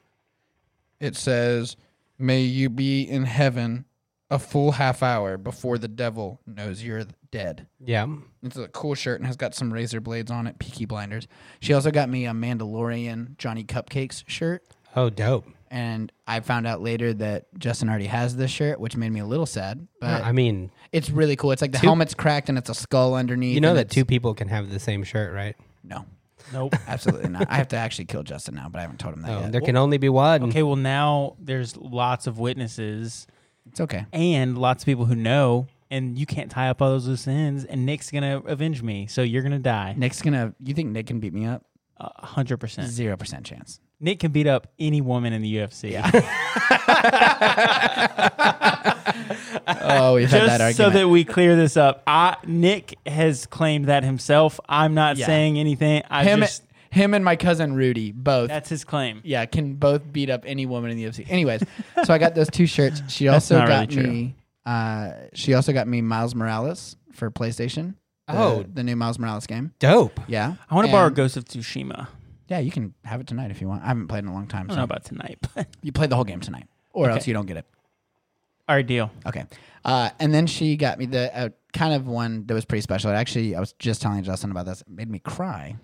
Speaker 3: It says, "May you be in heaven a full half hour before the devil knows you're dead."
Speaker 2: Yeah.
Speaker 3: It's a cool shirt and has got some razor blades on it. Peaky Blinders. She also got me a Mandalorian Johnny Cupcakes shirt
Speaker 2: Oh, dope.
Speaker 3: and I found out later that Justin already has this shirt, which made me a little sad. But
Speaker 2: I mean,
Speaker 3: it's really cool. It's like the
Speaker 2: Two-
Speaker 3: helmet's cracked and it's a skull underneath.
Speaker 2: you know
Speaker 3: and
Speaker 2: that
Speaker 3: it's-
Speaker 2: two people can have the same shirt, right?
Speaker 3: No,
Speaker 1: Nope.
Speaker 3: absolutely not. I have to actually kill Justin now, but I haven't told him that
Speaker 2: Oh,
Speaker 3: yet.
Speaker 2: there can only be one.
Speaker 1: okay, well now there's lots of witnesses
Speaker 3: It's okay.
Speaker 1: and lots of people who know, and you can't tie up all those loose ends. And Nick's gonna avenge me, so you're gonna die.
Speaker 3: Nick's gonna. You think Nick can beat me up?
Speaker 1: A hundred percent.
Speaker 3: Zero
Speaker 1: [LAUGHS]
Speaker 3: percent chance.
Speaker 1: Nick can beat up any woman in the UFC. [LAUGHS]
Speaker 3: Oh, we've had that
Speaker 1: Uh, Just
Speaker 3: argument.
Speaker 1: so that we clear this up, I, Nick has claimed that himself. I'm not
Speaker 3: Yeah.
Speaker 1: saying anything. I
Speaker 3: him,
Speaker 1: just
Speaker 3: him and my cousin Rudy both.
Speaker 1: that's his claim.
Speaker 3: yeah, can both beat up any woman in the UFC. Anyways, so I got those
Speaker 1: [LAUGHS]
Speaker 3: two shirts. She also
Speaker 1: not
Speaker 3: got
Speaker 1: really true.
Speaker 3: me. Uh, she also got me Miles Morales for PlayStation. the-
Speaker 2: Oh.
Speaker 3: the new Miles Morales game.
Speaker 2: Dope.
Speaker 3: Yeah.
Speaker 1: I want to borrow
Speaker 3: And-
Speaker 1: Ghost of Tsushima.
Speaker 3: Yeah, you can have it tonight if you want. I haven't played in a long time,
Speaker 1: I don't know
Speaker 3: so
Speaker 1: about tonight, [LAUGHS] but
Speaker 3: you play the whole game tonight, or
Speaker 1: Okay.
Speaker 3: else you don't get it.
Speaker 1: our deal.
Speaker 3: Okay. Uh, and then she got me the uh, kind of one that was pretty special. It actually, I was just telling Justin about this. It made me cry.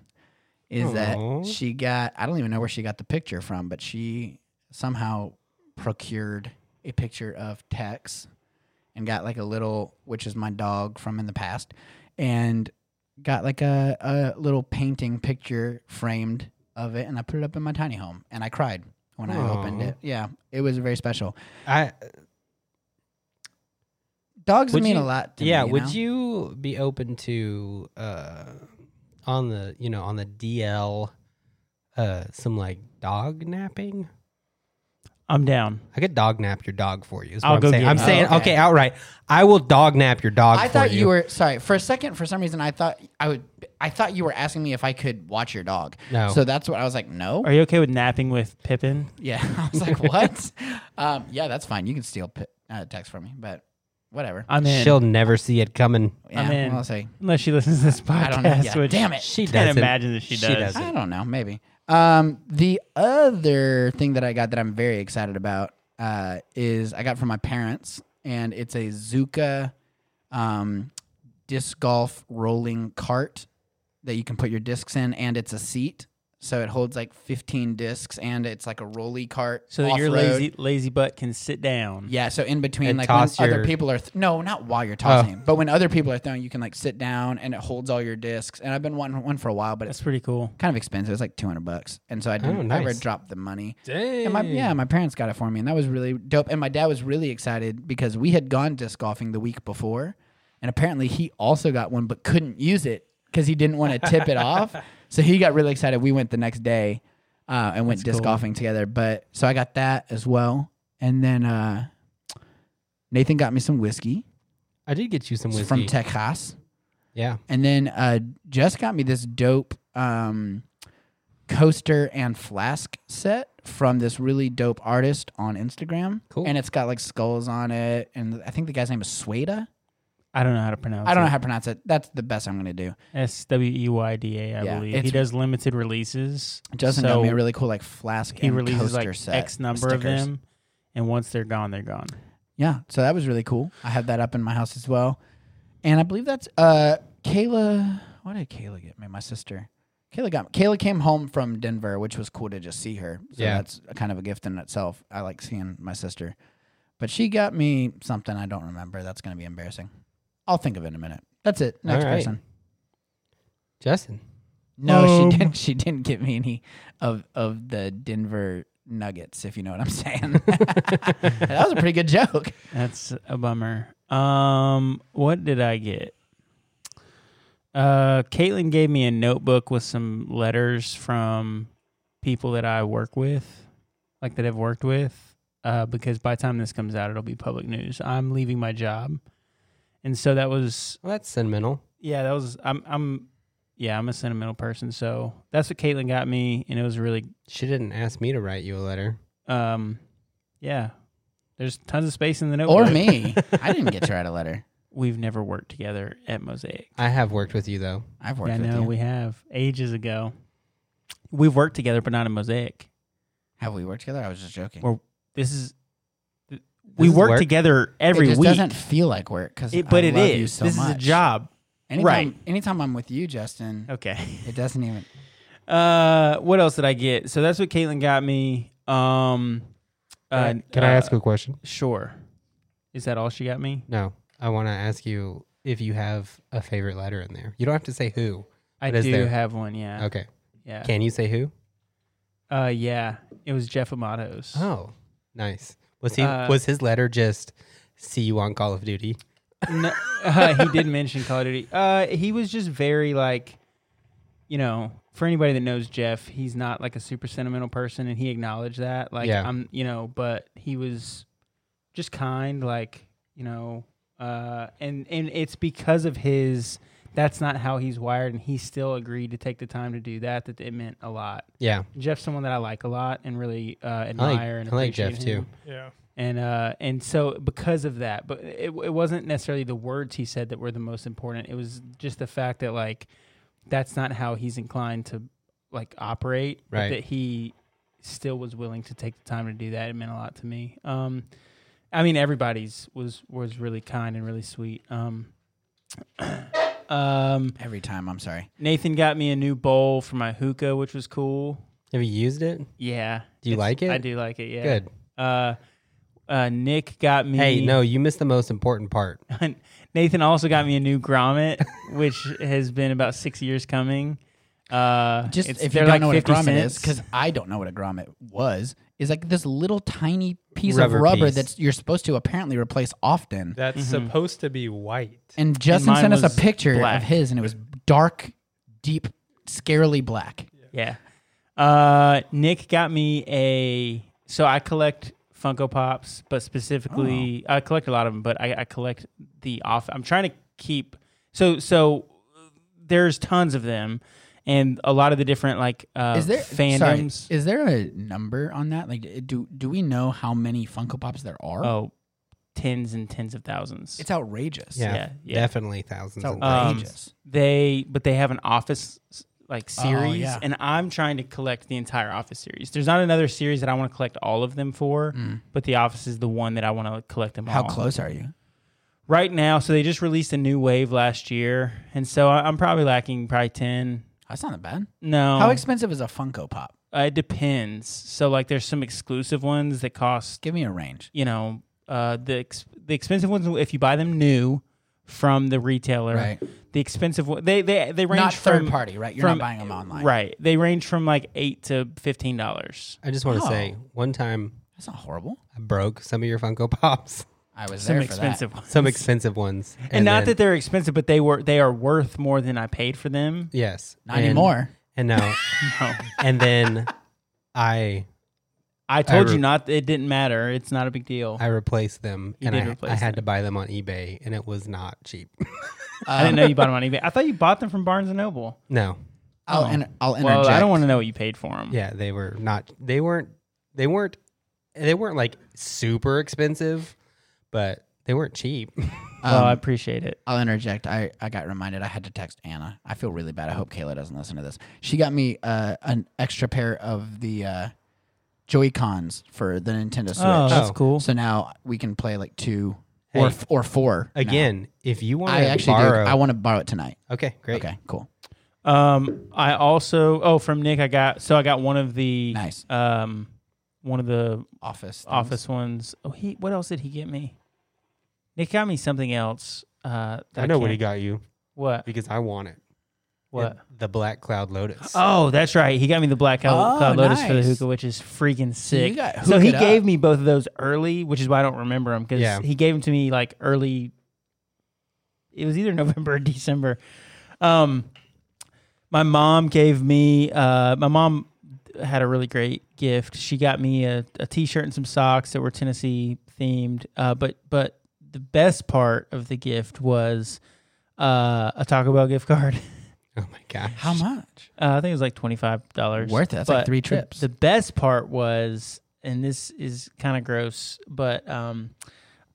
Speaker 3: Is
Speaker 2: Aw.
Speaker 3: that she got? I don't even know where she got the picture from, but she somehow procured a picture of Tex and got like a little, which is my dog from in the past, and got like a, a little painting picture framed of it, and I put it up in my tiny home, and I cried when I opened
Speaker 2: Aw.
Speaker 3: it. Yeah, it was very special.
Speaker 2: I
Speaker 3: Dogs
Speaker 2: Would
Speaker 3: mean
Speaker 2: you-
Speaker 3: a lot. To
Speaker 2: yeah.
Speaker 3: me, you
Speaker 2: would
Speaker 3: know?
Speaker 2: you be open to uh, on the you know on the DL uh, some like dog napping?
Speaker 1: I'm down.
Speaker 2: I could dog nap your dog for you. is what
Speaker 1: I'll
Speaker 2: I'm
Speaker 1: go
Speaker 2: saying.
Speaker 1: get
Speaker 2: I'm
Speaker 1: it.
Speaker 2: saying
Speaker 3: Oh, okay.
Speaker 2: okay. outright. I will dog nap your dog.
Speaker 3: I
Speaker 2: for
Speaker 3: thought
Speaker 2: you.
Speaker 3: you. were sorry for a second. For some reason, I thought I would. I thought you were asking me if I could watch your dog.
Speaker 2: No.
Speaker 3: So that's what I was like. No.
Speaker 1: Are you okay with napping with Pippin?
Speaker 3: yeah. [LAUGHS] I was like, what? [LAUGHS] um, yeah, that's fine. You can steal pi- uh, text from me, but whatever.
Speaker 1: I'm in.
Speaker 2: She'll never see it coming.
Speaker 3: yeah,
Speaker 1: I'm in.
Speaker 3: Well, I'll say.
Speaker 1: Unless she listens to this podcast,
Speaker 3: I don't know. Yeah,
Speaker 1: which
Speaker 3: damn it.
Speaker 2: She
Speaker 1: can't
Speaker 2: doesn't.
Speaker 1: imagine that she
Speaker 2: She
Speaker 1: does.
Speaker 2: doesn't.
Speaker 3: I don't know. Maybe. Um, the other thing that I got that I'm very excited about uh, is I got from my parents, and it's a Zuka um, disc golf rolling cart that you can put your discs in, and it's a seat. So it holds like 15 discs, and it's like a rolly cart.
Speaker 1: So that your
Speaker 3: off-road.
Speaker 1: lazy lazy butt can sit down.
Speaker 3: Yeah, so in between,
Speaker 2: And
Speaker 3: like when
Speaker 2: toss
Speaker 3: other
Speaker 2: your-
Speaker 3: people are th- no, not while you're tossing, but when other people are throwing, you can like sit down and it holds all your discs. And I've been wanting one for a while, but it's
Speaker 1: That's pretty cool.
Speaker 3: kind of expensive. It's like two hundred bucks, and so I didn't
Speaker 2: nice.
Speaker 3: ever drop the money.
Speaker 4: Dang.
Speaker 3: And my, yeah, my parents got it for me, and that was really dope. And my dad was really excited because we had gone disc golfing the week before, and apparently he also got one but couldn't use it because he didn't want to tip it off. So he got really excited. We went the next day uh, and went
Speaker 1: That's
Speaker 3: disc
Speaker 1: cool.
Speaker 3: golfing together. But so I got that as well, and then uh, Nathan got me some whiskey,
Speaker 2: I did get you some whiskey.
Speaker 3: from Texas.
Speaker 2: yeah.
Speaker 3: And then uh, Jess got me this dope um, coaster and flask set from this really dope artist on Instagram.
Speaker 2: Cool.
Speaker 3: And it's got like skulls on it. And I think the guy's name is Sueda.
Speaker 1: I don't know how to pronounce
Speaker 3: I don't
Speaker 1: it.
Speaker 3: know how to pronounce it. That's the best I'm going to do.
Speaker 1: S W E Y D A, I
Speaker 3: Yeah,
Speaker 1: believe. He
Speaker 3: it's-
Speaker 1: does limited releases.
Speaker 3: Justin
Speaker 1: so
Speaker 3: got me a really cool like flask
Speaker 1: he
Speaker 3: and
Speaker 1: releases
Speaker 3: coaster
Speaker 1: like
Speaker 3: set.
Speaker 1: X
Speaker 3: with
Speaker 1: number of
Speaker 3: stickers.
Speaker 1: them. And once they're gone, they're gone.
Speaker 3: Yeah. So that was really cool. I have that up in my house as well. And I believe that's uh, Kayla. What did Kayla get me? My sister. Kayla got Kayla came home from Denver, which was cool to just see her. So
Speaker 2: Yeah.
Speaker 3: that's a kind of a gift in itself. I like seeing my sister. But she got me something I don't remember. That's going to be embarrassing. I'll think of it in a minute. That's it. Next
Speaker 2: All right.
Speaker 3: person.
Speaker 2: Justin.
Speaker 3: No,
Speaker 1: Um,
Speaker 3: she didn't. She didn't get me any of of the Denver Nuggets, if you know what I'm saying. [LAUGHS] that was a pretty good joke.
Speaker 1: That's a bummer. Um, what did I get? Uh, Caitlin gave me a notebook with some letters from people that I work with, like that I've worked with. Uh, because by the time this comes out, it'll be public news. I'm leaving my job, and so that was
Speaker 2: Well, that's sentimental.
Speaker 1: yeah, that was I'm I'm yeah I'm a sentimental person, so that's what Caitlin got me, and it was really
Speaker 2: She didn't ask me to write you a letter.
Speaker 1: um yeah. There's tons of space in the notebook.
Speaker 3: Or me. I didn't get to write a letter.
Speaker 1: We've never worked together at Mosaic.
Speaker 2: I have worked with you though.
Speaker 1: [LAUGHS]
Speaker 3: I've
Speaker 1: Yeah,
Speaker 3: worked
Speaker 1: I
Speaker 3: with
Speaker 1: know
Speaker 3: you.
Speaker 1: we have ages ago. We've worked together, but not in Mosaic.
Speaker 3: Have we worked together? I was just joking.
Speaker 1: We're- This is we
Speaker 2: is
Speaker 1: work,
Speaker 2: work.
Speaker 1: together every
Speaker 3: it just
Speaker 1: week,
Speaker 3: doesn't feel like work because
Speaker 1: It- but
Speaker 3: I
Speaker 1: it
Speaker 3: love you
Speaker 1: is.
Speaker 3: so
Speaker 1: this
Speaker 3: much.
Speaker 1: is a job.
Speaker 3: Anytime,
Speaker 1: right.
Speaker 3: Anytime I'm with you, Justin,
Speaker 1: Okay. [LAUGHS]
Speaker 3: it doesn't even.
Speaker 1: Uh, what else did I get? So that's what Caitlin got me. Um, uh,
Speaker 2: Can I
Speaker 1: uh,
Speaker 2: ask a question?
Speaker 1: Sure. Is that all she got me?
Speaker 2: No. I want to ask you if you have a favorite letter in there. You don't have to say who.
Speaker 1: I
Speaker 2: What is
Speaker 1: do
Speaker 2: there?
Speaker 1: have one. Yeah.
Speaker 2: Okay.
Speaker 1: Yeah.
Speaker 2: Can you say who?
Speaker 1: Uh, yeah. It was Jeff Amato's.
Speaker 2: Oh, nice. Was he
Speaker 1: Uh,
Speaker 2: was his letter just see you on Call of Duty?
Speaker 1: no, [LAUGHS] uh, he did mention Call of Duty. Uh, he was just very like, you know, for anybody that knows Jeff, he's not like a super sentimental person, and he acknowledged that. Like,
Speaker 2: Yeah.
Speaker 1: I'm, you know, but he was just kind, like, you know, uh, and and it's because of his. That's not how he's wired, and he still agreed to take the time to do that. That it meant a lot.
Speaker 2: Yeah.
Speaker 1: Jeff's someone that I like a lot and really uh, admire and
Speaker 2: I like
Speaker 1: appreciate
Speaker 2: Jeff,
Speaker 1: him
Speaker 2: too.
Speaker 4: Yeah.
Speaker 1: and uh and so because of that but it, it wasn't necessarily the words he said that were the most important it was just the fact that like that's not how he's inclined to like operate, but
Speaker 2: Right.
Speaker 1: that he still was willing to take the time to do that. It meant a lot to me. Um, I mean, everybody's was was really kind and really sweet. Um, [CLEARS THROAT] um,
Speaker 3: Every time, I'm sorry.
Speaker 1: Nathan got me a new bowl for my hookah, which was cool.
Speaker 2: Have you used it?
Speaker 1: Yeah.
Speaker 2: Do you like it?
Speaker 1: I do like it. Yeah.
Speaker 2: Good.
Speaker 1: Uh, uh, Nick got me.
Speaker 2: Hey, no, you missed the most important part.
Speaker 1: [LAUGHS] Nathan also got me a new grommet, which has been about six years coming. Uh,
Speaker 3: Just
Speaker 1: it's-
Speaker 3: if you
Speaker 1: they're
Speaker 3: don't
Speaker 1: like
Speaker 3: know what a
Speaker 1: 50
Speaker 3: grommet is,
Speaker 1: cents.
Speaker 3: because I don't know what a grommet was, is like this little tiny piece
Speaker 2: Rubber
Speaker 3: of rubber
Speaker 2: piece.
Speaker 3: that you're supposed to apparently replace often.
Speaker 4: That's supposed to be white.
Speaker 3: Mm-hmm. And Justin
Speaker 1: mine
Speaker 3: sent us
Speaker 1: was
Speaker 3: a picture
Speaker 1: black.
Speaker 3: of his, and it was dark, deep, scarily black.
Speaker 1: Yeah. Uh, Nick got me a. So I collect Funko Pops, but specifically,
Speaker 2: Oh.
Speaker 1: I collect a lot of them. But I, I collect the off. I'm trying to keep. So so there's tons of them, and a lot of the different like uh,
Speaker 3: Is there sorry,
Speaker 1: fandoms.
Speaker 3: is there a number on that? Like, eh, do do we know how many Funko Pops there are?
Speaker 1: oh, tens and tens of thousands.
Speaker 3: It's outrageous.
Speaker 2: Yeah,
Speaker 1: Yeah, yeah.
Speaker 2: definitely thousands.
Speaker 3: It's
Speaker 2: and
Speaker 1: Um,
Speaker 2: thousands.
Speaker 3: outrageous.
Speaker 1: they but they have an office like series
Speaker 3: Oh, yeah.
Speaker 1: and i'm trying to collect the entire office series there's not another series that i want to collect all of them for but the office is the one that i want to collect them
Speaker 3: Mm. how
Speaker 1: all.
Speaker 3: close are you?
Speaker 1: right now so they just released a new wave last year and so I, i'm probably lacking probably 10
Speaker 3: That's not that bad.
Speaker 1: no
Speaker 3: How expensive is a Funko Pop?
Speaker 1: uh, it depends so like there's some exclusive ones that cost
Speaker 3: Give me a range.
Speaker 1: you know uh, the ex- the expensive ones if you buy them new from the retailer
Speaker 3: Right.
Speaker 1: the expensive one they they they range
Speaker 3: Not third
Speaker 1: from
Speaker 3: party, right? You're not
Speaker 1: from-
Speaker 3: buying them online.
Speaker 1: Right. They range from like eight to fifteen dollars.
Speaker 2: I just want to
Speaker 3: Oh.
Speaker 2: say, one time
Speaker 3: That's not horrible.
Speaker 2: I broke some of your Funko Pops, [LAUGHS]
Speaker 3: I was
Speaker 1: Some
Speaker 3: there for
Speaker 1: expensive ones.
Speaker 2: some expensive ones,
Speaker 1: and, not
Speaker 2: then-
Speaker 1: that they're expensive, but they were they are worth more than I paid for
Speaker 3: [LAUGHS]
Speaker 1: them.
Speaker 2: Yes,
Speaker 3: that. Not
Speaker 2: and-
Speaker 3: anymore.
Speaker 2: And now,
Speaker 1: No.
Speaker 2: and then I
Speaker 1: I told
Speaker 2: re-
Speaker 1: you not it didn't matter. It's not a big deal.
Speaker 2: I replaced them,
Speaker 1: You
Speaker 2: and
Speaker 1: did
Speaker 2: I,
Speaker 1: replace
Speaker 2: I had
Speaker 1: them.
Speaker 2: to buy them on eBay, and it was not cheap. [LAUGHS]
Speaker 1: I didn't know
Speaker 3: [LAUGHS]
Speaker 1: you bought them on eBay. I thought you bought them from Barnes and Noble.
Speaker 2: no,
Speaker 3: I'll, en- I'll interject.
Speaker 1: Oh. Well, I don't want to know what you paid for them.
Speaker 2: yeah, they were not. They weren't. They weren't. They weren't like super expensive, but they weren't cheap. [LAUGHS]
Speaker 1: Well, I
Speaker 3: Um,
Speaker 1: appreciate it.
Speaker 3: I'll interject. I, I got reminded. I had to text Anna. I feel really bad. I hope Kayla doesn't listen to this. She got me uh, an extra pair of the uh, Joy Cons for the Nintendo Switch.
Speaker 1: Oh, that's
Speaker 2: Oh.
Speaker 1: cool.
Speaker 3: So now we can play like two or
Speaker 2: Hey.
Speaker 3: f- or four. now.
Speaker 2: Again, if you want
Speaker 3: I
Speaker 2: to
Speaker 3: actually
Speaker 2: borrow,
Speaker 3: do. I want to borrow it tonight.
Speaker 2: okay, great.
Speaker 3: Okay, cool.
Speaker 1: Um, I also oh from Nick I got so I got one of the
Speaker 3: Nice.
Speaker 1: um one of the
Speaker 3: Office. things.
Speaker 1: office ones. Oh, he what else did he get me? Nick got me something else. Uh, that
Speaker 2: I know what
Speaker 1: can't-
Speaker 2: he got you
Speaker 1: What?
Speaker 2: because I want it.
Speaker 1: What?
Speaker 2: It- the Black Cloud Lotus.
Speaker 1: Oh, that's right. He got me the black Cloud,
Speaker 3: Oh,
Speaker 1: Cloud Lotus for the
Speaker 3: nice.
Speaker 1: hookah, which is freaking sick.
Speaker 3: you got
Speaker 1: So he
Speaker 3: hooked it
Speaker 1: gave
Speaker 3: up.
Speaker 1: me both of those early, which is why I don't remember them because
Speaker 2: Yeah.
Speaker 1: he gave them to me like early. It was either [LAUGHS] November or December. Um, my mom gave me. Uh, my mom had a really great gift. She got me a, a t-shirt and some socks that were Tennessee themed. Uh, but but the best part of the gift was uh, a Taco Bell gift card.
Speaker 2: [LAUGHS] Oh my gosh.
Speaker 3: How much?
Speaker 1: Uh, I think it was like twenty five dollars.
Speaker 3: Worth it. That's like three trips.
Speaker 1: The, best part was, and this is kind of gross, but um,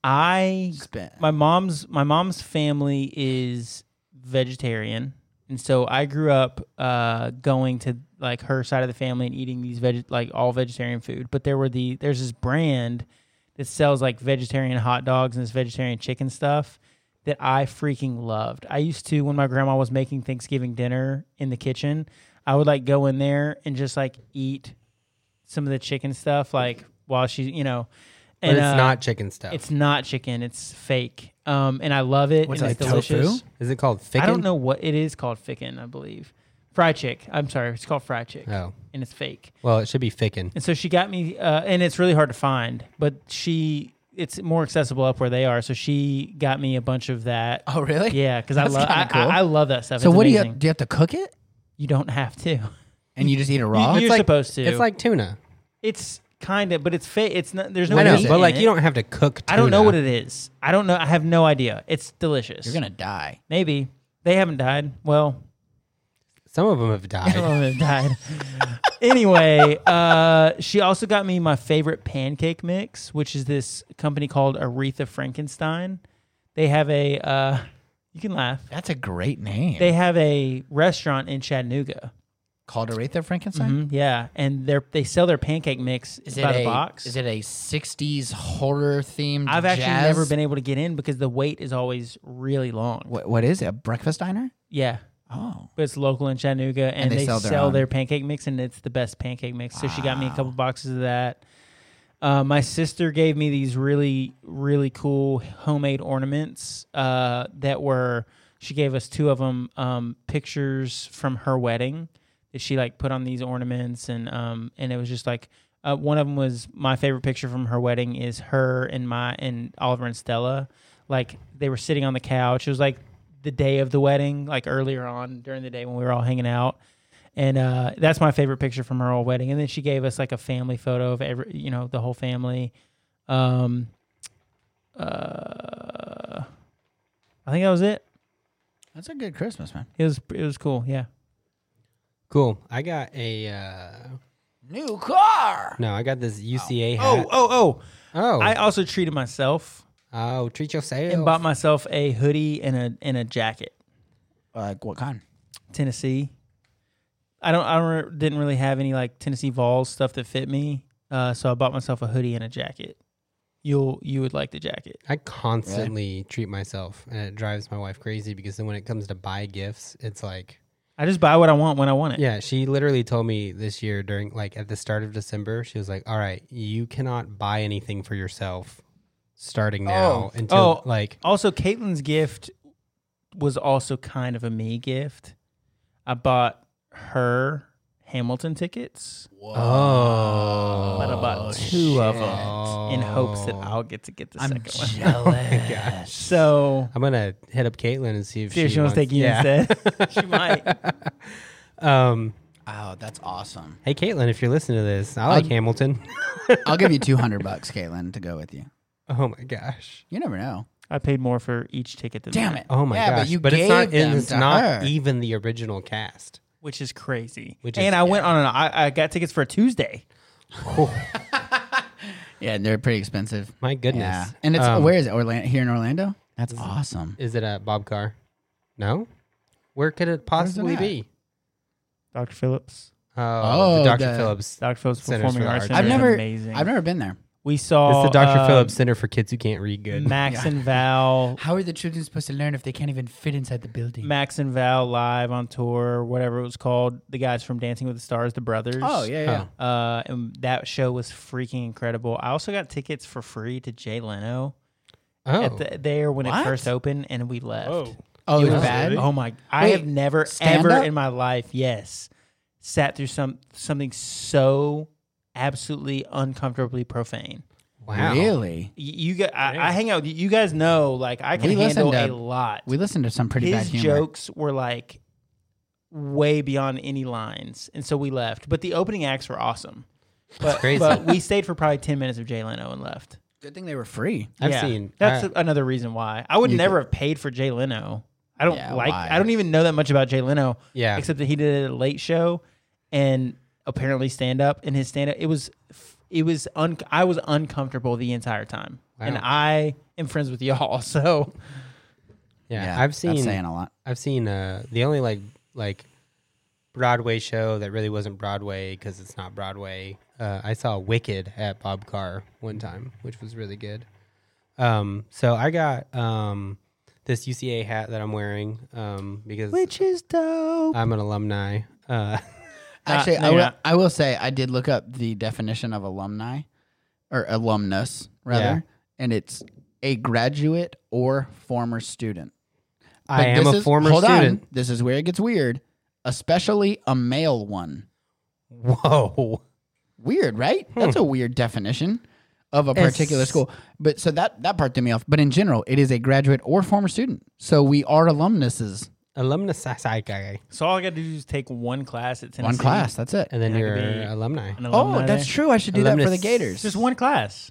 Speaker 1: I
Speaker 3: Spent.
Speaker 1: my mom's my mom's family is vegetarian, and so I grew up uh, going to like her side of the family and eating these veg like all vegetarian food. But there were the there's this brand that sells like vegetarian hot dogs and this vegetarian chicken stuff that I freaking loved. I used to when my grandma was making Thanksgiving dinner in the kitchen, I would like go in there and just like eat some of the chicken stuff like while she you know.
Speaker 2: But
Speaker 1: And,
Speaker 2: it's
Speaker 1: uh,
Speaker 2: not chicken stuff.
Speaker 1: it's not chicken. It's fake. Um, and I love it.
Speaker 3: What's
Speaker 1: and
Speaker 3: that,
Speaker 1: it's delicious.
Speaker 3: tofu?
Speaker 2: Is it called ficken?
Speaker 1: I don't know what it is called. Ficken, I believe. Fried chick. I'm sorry. It's called fried chick,
Speaker 2: Oh.
Speaker 1: and it's fake.
Speaker 2: Well, it should be ficken.
Speaker 1: And so she got me, uh, and it's really hard to find. But she, it's more accessible up where they are. So she got me a bunch of that.
Speaker 3: Oh, really?
Speaker 1: Yeah, because I
Speaker 3: That's
Speaker 1: love. I,
Speaker 3: kinda cool.
Speaker 1: I, I love that stuff.
Speaker 3: So
Speaker 1: It's
Speaker 3: what do you
Speaker 1: amazing.
Speaker 3: do? You have to cook it,
Speaker 1: You don't have to. [LAUGHS]
Speaker 3: and you just eat it raw.
Speaker 1: You're
Speaker 2: like-
Speaker 1: supposed to.
Speaker 2: It's like tuna.
Speaker 1: It's kind of, but it's fake. It's not. There's no.
Speaker 2: I know,
Speaker 1: meat
Speaker 2: but
Speaker 1: in
Speaker 2: like
Speaker 1: it.
Speaker 2: you don't have to cook tuna.
Speaker 1: I don't know what it is. I don't know. I have no idea. It's delicious.
Speaker 3: You're gonna die.
Speaker 1: Maybe they haven't died. Well,
Speaker 2: Some of them have died.
Speaker 1: some of them died. [LAUGHS] anyway, uh, she also got me my favorite pancake mix, which is this company called Aretha Frankenstein. They have a. Uh, you can laugh.
Speaker 3: That's a great name.
Speaker 1: They have a restaurant in Chattanooga
Speaker 3: called Aretha Frankenstein?
Speaker 1: Mhm, yeah, and they they sell their pancake mix
Speaker 3: Is it
Speaker 1: by
Speaker 3: a
Speaker 1: the box.
Speaker 3: Is it a '60s horror themed?
Speaker 1: I've actually never been able to get in because the wait is always really long.
Speaker 3: What, what is it? A breakfast diner?
Speaker 1: Yeah,
Speaker 3: Oh,
Speaker 1: but it's local in Chattanooga, and, they, sell, their,
Speaker 3: own.
Speaker 1: pancake mix, and it's the best pancake mix. So she got me a couple boxes of that. Uh, my sister gave me these really, really cool homemade ornaments uh, that were. She gave us two of them, um, pictures from her wedding that she like put on these ornaments, and um, and it was just like uh, one of them was my favorite picture from her wedding is her and my and Oliver and Stella, like they were sitting on the couch. It was like the day of the wedding, like earlier on during the day when we were all hanging out. And uh, that's my favorite picture from her old wedding. And then she gave us like a family photo of every, you know, the whole family. Um, uh, I think that was it.
Speaker 3: that's a good Christmas, man.
Speaker 1: It was it was cool. Yeah.
Speaker 2: Cool. I got a uh
Speaker 3: New car.
Speaker 2: no, I got this UCA
Speaker 1: Oh
Speaker 2: hat.
Speaker 1: oh
Speaker 2: Oh,
Speaker 1: oh! I also treated myself
Speaker 2: oh, treat yourself.
Speaker 1: and bought myself a hoodie and a and a jacket.
Speaker 3: Like what kind?
Speaker 1: Tennessee. I don't I don't, re- didn't really have any like Tennessee Vols stuff that fit me, uh, so I bought myself a hoodie and a jacket. You'll you would like the jacket.
Speaker 2: I constantly treat myself, and it drives my wife crazy because then when it comes to buy gifts, it's like,
Speaker 1: I just buy what I want when I want it.
Speaker 2: yeah, she literally told me this year during like at the start of December, she was like, "All right, you cannot buy anything for yourself starting now
Speaker 3: Oh.
Speaker 2: until
Speaker 1: Oh.
Speaker 2: like
Speaker 1: Also, Caitlin's gift was also kind of a me gift. I bought her Hamilton tickets,
Speaker 2: oh,
Speaker 1: but I bought two of them in hopes that I'll get to get the
Speaker 3: I'm
Speaker 1: second one. [LAUGHS] Oh
Speaker 3: jealous.
Speaker 1: So
Speaker 2: I'm gonna hit up Caitlin and see if
Speaker 1: see
Speaker 2: she,
Speaker 1: if she wants to take you
Speaker 2: yeah. [LAUGHS]
Speaker 1: instead. she might.
Speaker 2: Um,
Speaker 3: oh, that's awesome.
Speaker 2: hey Caitlin, if you're listening to this, I like
Speaker 1: Um,
Speaker 2: Hamilton.
Speaker 3: [LAUGHS]
Speaker 1: [LAUGHS]
Speaker 3: I'll give you two hundred bucks, Caitlin, to go with you.
Speaker 2: oh my gosh.
Speaker 3: You never know.
Speaker 1: [LAUGHS] I paid more for each ticket than
Speaker 3: Damn
Speaker 1: that,
Speaker 3: it.
Speaker 2: Oh my
Speaker 3: Yeah,
Speaker 2: gosh!
Speaker 3: But, you
Speaker 2: it's not.
Speaker 3: gave them
Speaker 2: it's
Speaker 3: to
Speaker 2: not
Speaker 1: e-
Speaker 3: her.
Speaker 2: even the original cast.
Speaker 1: which is crazy.
Speaker 2: Which
Speaker 1: and
Speaker 2: is-
Speaker 1: I went on an I, I got tickets for a Tuesday.
Speaker 3: Yeah, they're pretty expensive.
Speaker 2: My goodness.
Speaker 3: Yeah, and it's
Speaker 2: Um,
Speaker 3: where is it? Orlando here in Orlando. That's awesome.
Speaker 2: Is it at Bob Carr? No. Where could it possibly
Speaker 3: at?
Speaker 2: be?
Speaker 1: Dr. Phillips.
Speaker 2: Oh,
Speaker 3: Oh,
Speaker 2: the Dr.
Speaker 3: the-
Speaker 2: Phillips.
Speaker 1: Dr. Phillips
Speaker 2: Centers
Speaker 1: Performing
Speaker 2: for the
Speaker 1: Arts
Speaker 2: Arts.
Speaker 1: Center.
Speaker 3: I've
Speaker 1: is
Speaker 3: never,
Speaker 1: amazing.
Speaker 3: I've never been there.
Speaker 1: we saw
Speaker 2: it's the Dr.
Speaker 1: um,
Speaker 2: Phillips Center for Kids Who Can't Read Good.
Speaker 1: Max and Val.
Speaker 3: How are the children supposed to learn if they can't even fit inside the building?
Speaker 1: Max and Val live on tour, whatever it was called. The guys from Dancing with the Stars, the brothers.
Speaker 3: Oh yeah, yeah.
Speaker 2: Oh.
Speaker 1: Uh, and that show was freaking incredible. I also got tickets for free to Jay Leno
Speaker 2: Oh,
Speaker 1: at the, there when it
Speaker 3: What?
Speaker 1: first opened, and we left.
Speaker 4: Whoa.
Speaker 3: Oh,
Speaker 1: It
Speaker 3: it was
Speaker 1: was-
Speaker 3: bad.
Speaker 4: Really?
Speaker 1: Oh my! I
Speaker 3: Wait,
Speaker 1: have never
Speaker 3: stand
Speaker 1: ever
Speaker 3: up?
Speaker 1: in my life, yes, sat through some something so absolutely uncomfortably profane.
Speaker 2: wow.
Speaker 3: Really?
Speaker 1: Y- You, guys, I, I
Speaker 4: Damn.
Speaker 1: hang out. with You guys know, like I can
Speaker 3: We
Speaker 1: handle
Speaker 3: listened
Speaker 1: a
Speaker 3: to-
Speaker 1: lot.
Speaker 3: We listened to some pretty bad
Speaker 1: His
Speaker 3: humor.
Speaker 1: jokes were like way beyond any lines, and so we left. But the opening acts were awesome. But,
Speaker 2: crazy.
Speaker 1: but we stayed for probably ten minutes of Jay Leno and left.
Speaker 3: Good thing they were free.
Speaker 2: I've
Speaker 1: Yeah.
Speaker 2: seen.
Speaker 1: That's
Speaker 2: I-
Speaker 1: another reason why I would never have paid for Jay Leno. I don't
Speaker 3: Yeah,
Speaker 1: like.
Speaker 3: why?
Speaker 1: I don't even know that much about Jay Leno.
Speaker 2: yeah.
Speaker 1: except that he did a late show and apparently stand up and his stand up it was it was un I was uncomfortable the entire time and
Speaker 2: Wow.
Speaker 1: I am friends with y'all [LAUGHS] so
Speaker 2: yeah. I've
Speaker 3: That's
Speaker 2: seen.
Speaker 3: saying a lot.
Speaker 2: I've seen uh, the only like like Broadway show that really wasn't Broadway because it's not Broadway. Uh, I saw Wicked at Bob Carr one time, which was really good. Um, so I got um, this UCA hat that I'm wearing um, because
Speaker 1: which is dope
Speaker 2: I'm an alumni. Uh,
Speaker 3: Actually,
Speaker 1: no,
Speaker 3: I,
Speaker 1: you're
Speaker 3: will,
Speaker 1: not.
Speaker 3: I will say I did look up the definition of alumni or alumnus rather,
Speaker 2: Yeah.
Speaker 3: and it's a graduate or former student.
Speaker 2: I
Speaker 3: But
Speaker 2: am
Speaker 3: this
Speaker 2: a
Speaker 3: is-
Speaker 2: former
Speaker 3: hold
Speaker 2: student.
Speaker 3: On, this is where it gets weird, especially a male one.
Speaker 2: Whoa.
Speaker 3: Weird, right? That's a weird definition of a particular
Speaker 2: It's-
Speaker 3: school. But so that that part threw me off. But in general, it is a graduate or former student. So we are alumnuses.
Speaker 2: Alumnus guy.
Speaker 1: so all I got to do is take one class at Tennessee
Speaker 3: One class. That's it.
Speaker 2: And then
Speaker 1: Yeah, I
Speaker 2: you're
Speaker 1: could be-
Speaker 2: alumni.
Speaker 1: an alumni
Speaker 3: Oh, that's
Speaker 1: there.
Speaker 3: true. I should do that for the
Speaker 2: Alumnus.
Speaker 3: Gators.
Speaker 1: it's just one class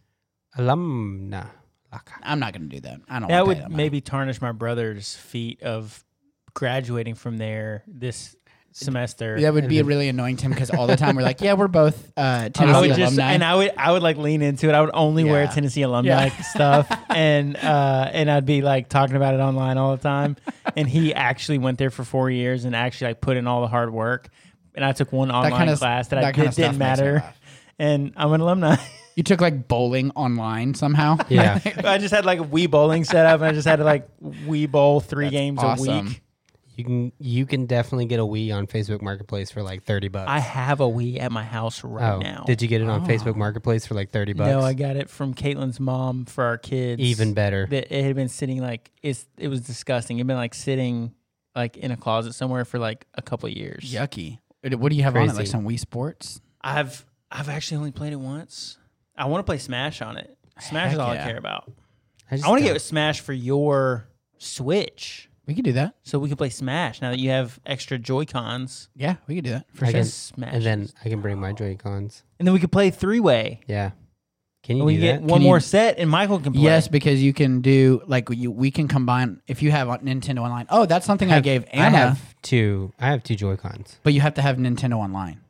Speaker 2: Alumna.
Speaker 3: [LAUGHS]
Speaker 2: Laka.
Speaker 3: I'm not going to do that. I
Speaker 1: that
Speaker 3: don't. wanna pay
Speaker 1: would
Speaker 3: money.
Speaker 1: maybe tarnish my brother's feat of graduating from there this semester
Speaker 3: That would
Speaker 2: And
Speaker 3: be
Speaker 2: then-
Speaker 3: really annoying to him because all the time we're like, yeah, we're both uh, Tennessee
Speaker 1: I would just
Speaker 3: alumni.
Speaker 1: and I would I would like lean into it. I would only wear
Speaker 3: Yeah.
Speaker 1: Tennessee
Speaker 3: [LAUGHS]
Speaker 1: alumni stuff and uh, and I'd be like talking about it online all the time. and he actually went there for four years and actually like put in all the hard work. and I took one online
Speaker 3: kinda-
Speaker 1: class that, I
Speaker 3: that
Speaker 1: did,
Speaker 3: kinda
Speaker 1: not
Speaker 3: stuff makes me
Speaker 1: matter,
Speaker 3: laugh.
Speaker 1: and I'm an alumni.
Speaker 3: You took like bowling online somehow. [LAUGHS]
Speaker 2: Yeah.
Speaker 1: I just had like a Wii bowling set up, and I just had to like Wii bowl three games a
Speaker 3: awesome.
Speaker 1: week.
Speaker 2: You can you can definitely get a Wii on Facebook Marketplace for like thirty bucks.
Speaker 1: I have a Wii at my house right
Speaker 2: oh,
Speaker 1: now.
Speaker 2: did you get it on Facebook Marketplace for like thirty bucks?
Speaker 1: No, I got it from Caitlin's mom for our kids.
Speaker 2: Even better.
Speaker 1: that it had been sitting like it's it was disgusting. It'd been like sitting like in a closet somewhere for like a couple of years.
Speaker 3: Yucky. What do you have on it? Like
Speaker 2: Crazy.
Speaker 3: some Wii Sports?
Speaker 1: I've I've actually only played it once. I want to play Smash on it. Smash is
Speaker 3: Heck
Speaker 1: all
Speaker 3: yeah.
Speaker 1: I care about.
Speaker 2: just
Speaker 1: I want to
Speaker 2: don't-
Speaker 1: get Smash for your Switch
Speaker 3: We could do that.
Speaker 1: so we can play Smash now that you have extra Joy Cons.
Speaker 3: Yeah, we could do that for
Speaker 2: I
Speaker 3: sure.
Speaker 2: can-
Speaker 1: Smash,
Speaker 2: and then I can bring my Joy Cons.
Speaker 1: and then we could play three way.
Speaker 2: Yeah. Can you
Speaker 1: We
Speaker 2: do
Speaker 1: can get
Speaker 2: that?
Speaker 1: one
Speaker 3: Can
Speaker 1: more
Speaker 3: you-
Speaker 1: set, and Michael can play.
Speaker 3: Yes, because you can do like you, we can combine if you have on Nintendo Online. Oh, that's something I, gave Anna,
Speaker 2: I have two. I have two Joy Cons.
Speaker 3: but you have to have Nintendo Online.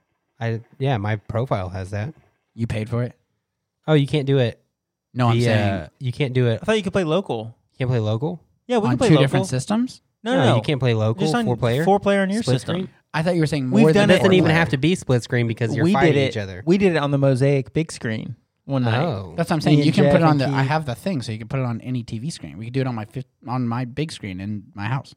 Speaker 2: I yeah, my profile has that.
Speaker 3: You paid for it?
Speaker 2: Oh, you can't do it.
Speaker 3: No, I'm
Speaker 2: the,
Speaker 3: saying
Speaker 2: uh, you can't do it.
Speaker 1: I thought you could play local.
Speaker 2: Can't play local.
Speaker 1: Yeah, we can
Speaker 3: on two
Speaker 1: play local.
Speaker 3: different systems.
Speaker 1: no, no, no,
Speaker 2: Oh, you can't play local.
Speaker 1: Just on
Speaker 2: Four player.
Speaker 1: four player on your
Speaker 2: Split
Speaker 1: system.
Speaker 2: screen?
Speaker 3: I thought you were saying more
Speaker 1: We've
Speaker 3: than
Speaker 1: done it
Speaker 2: Doesn't
Speaker 1: Four
Speaker 2: even
Speaker 1: player.
Speaker 2: have to be split screen because you're
Speaker 1: we
Speaker 2: fighting
Speaker 1: did it.
Speaker 2: each other.
Speaker 1: We did it on the mosaic big screen one night.
Speaker 2: oh,
Speaker 3: That's what I'm saying.
Speaker 1: Me
Speaker 3: You
Speaker 1: and
Speaker 3: can put
Speaker 1: Jeff
Speaker 3: it on
Speaker 1: and
Speaker 3: the. I
Speaker 1: Keith.
Speaker 3: have the thing, so you can put it on any TV screen. We could do it on my fif- on my big screen in my house.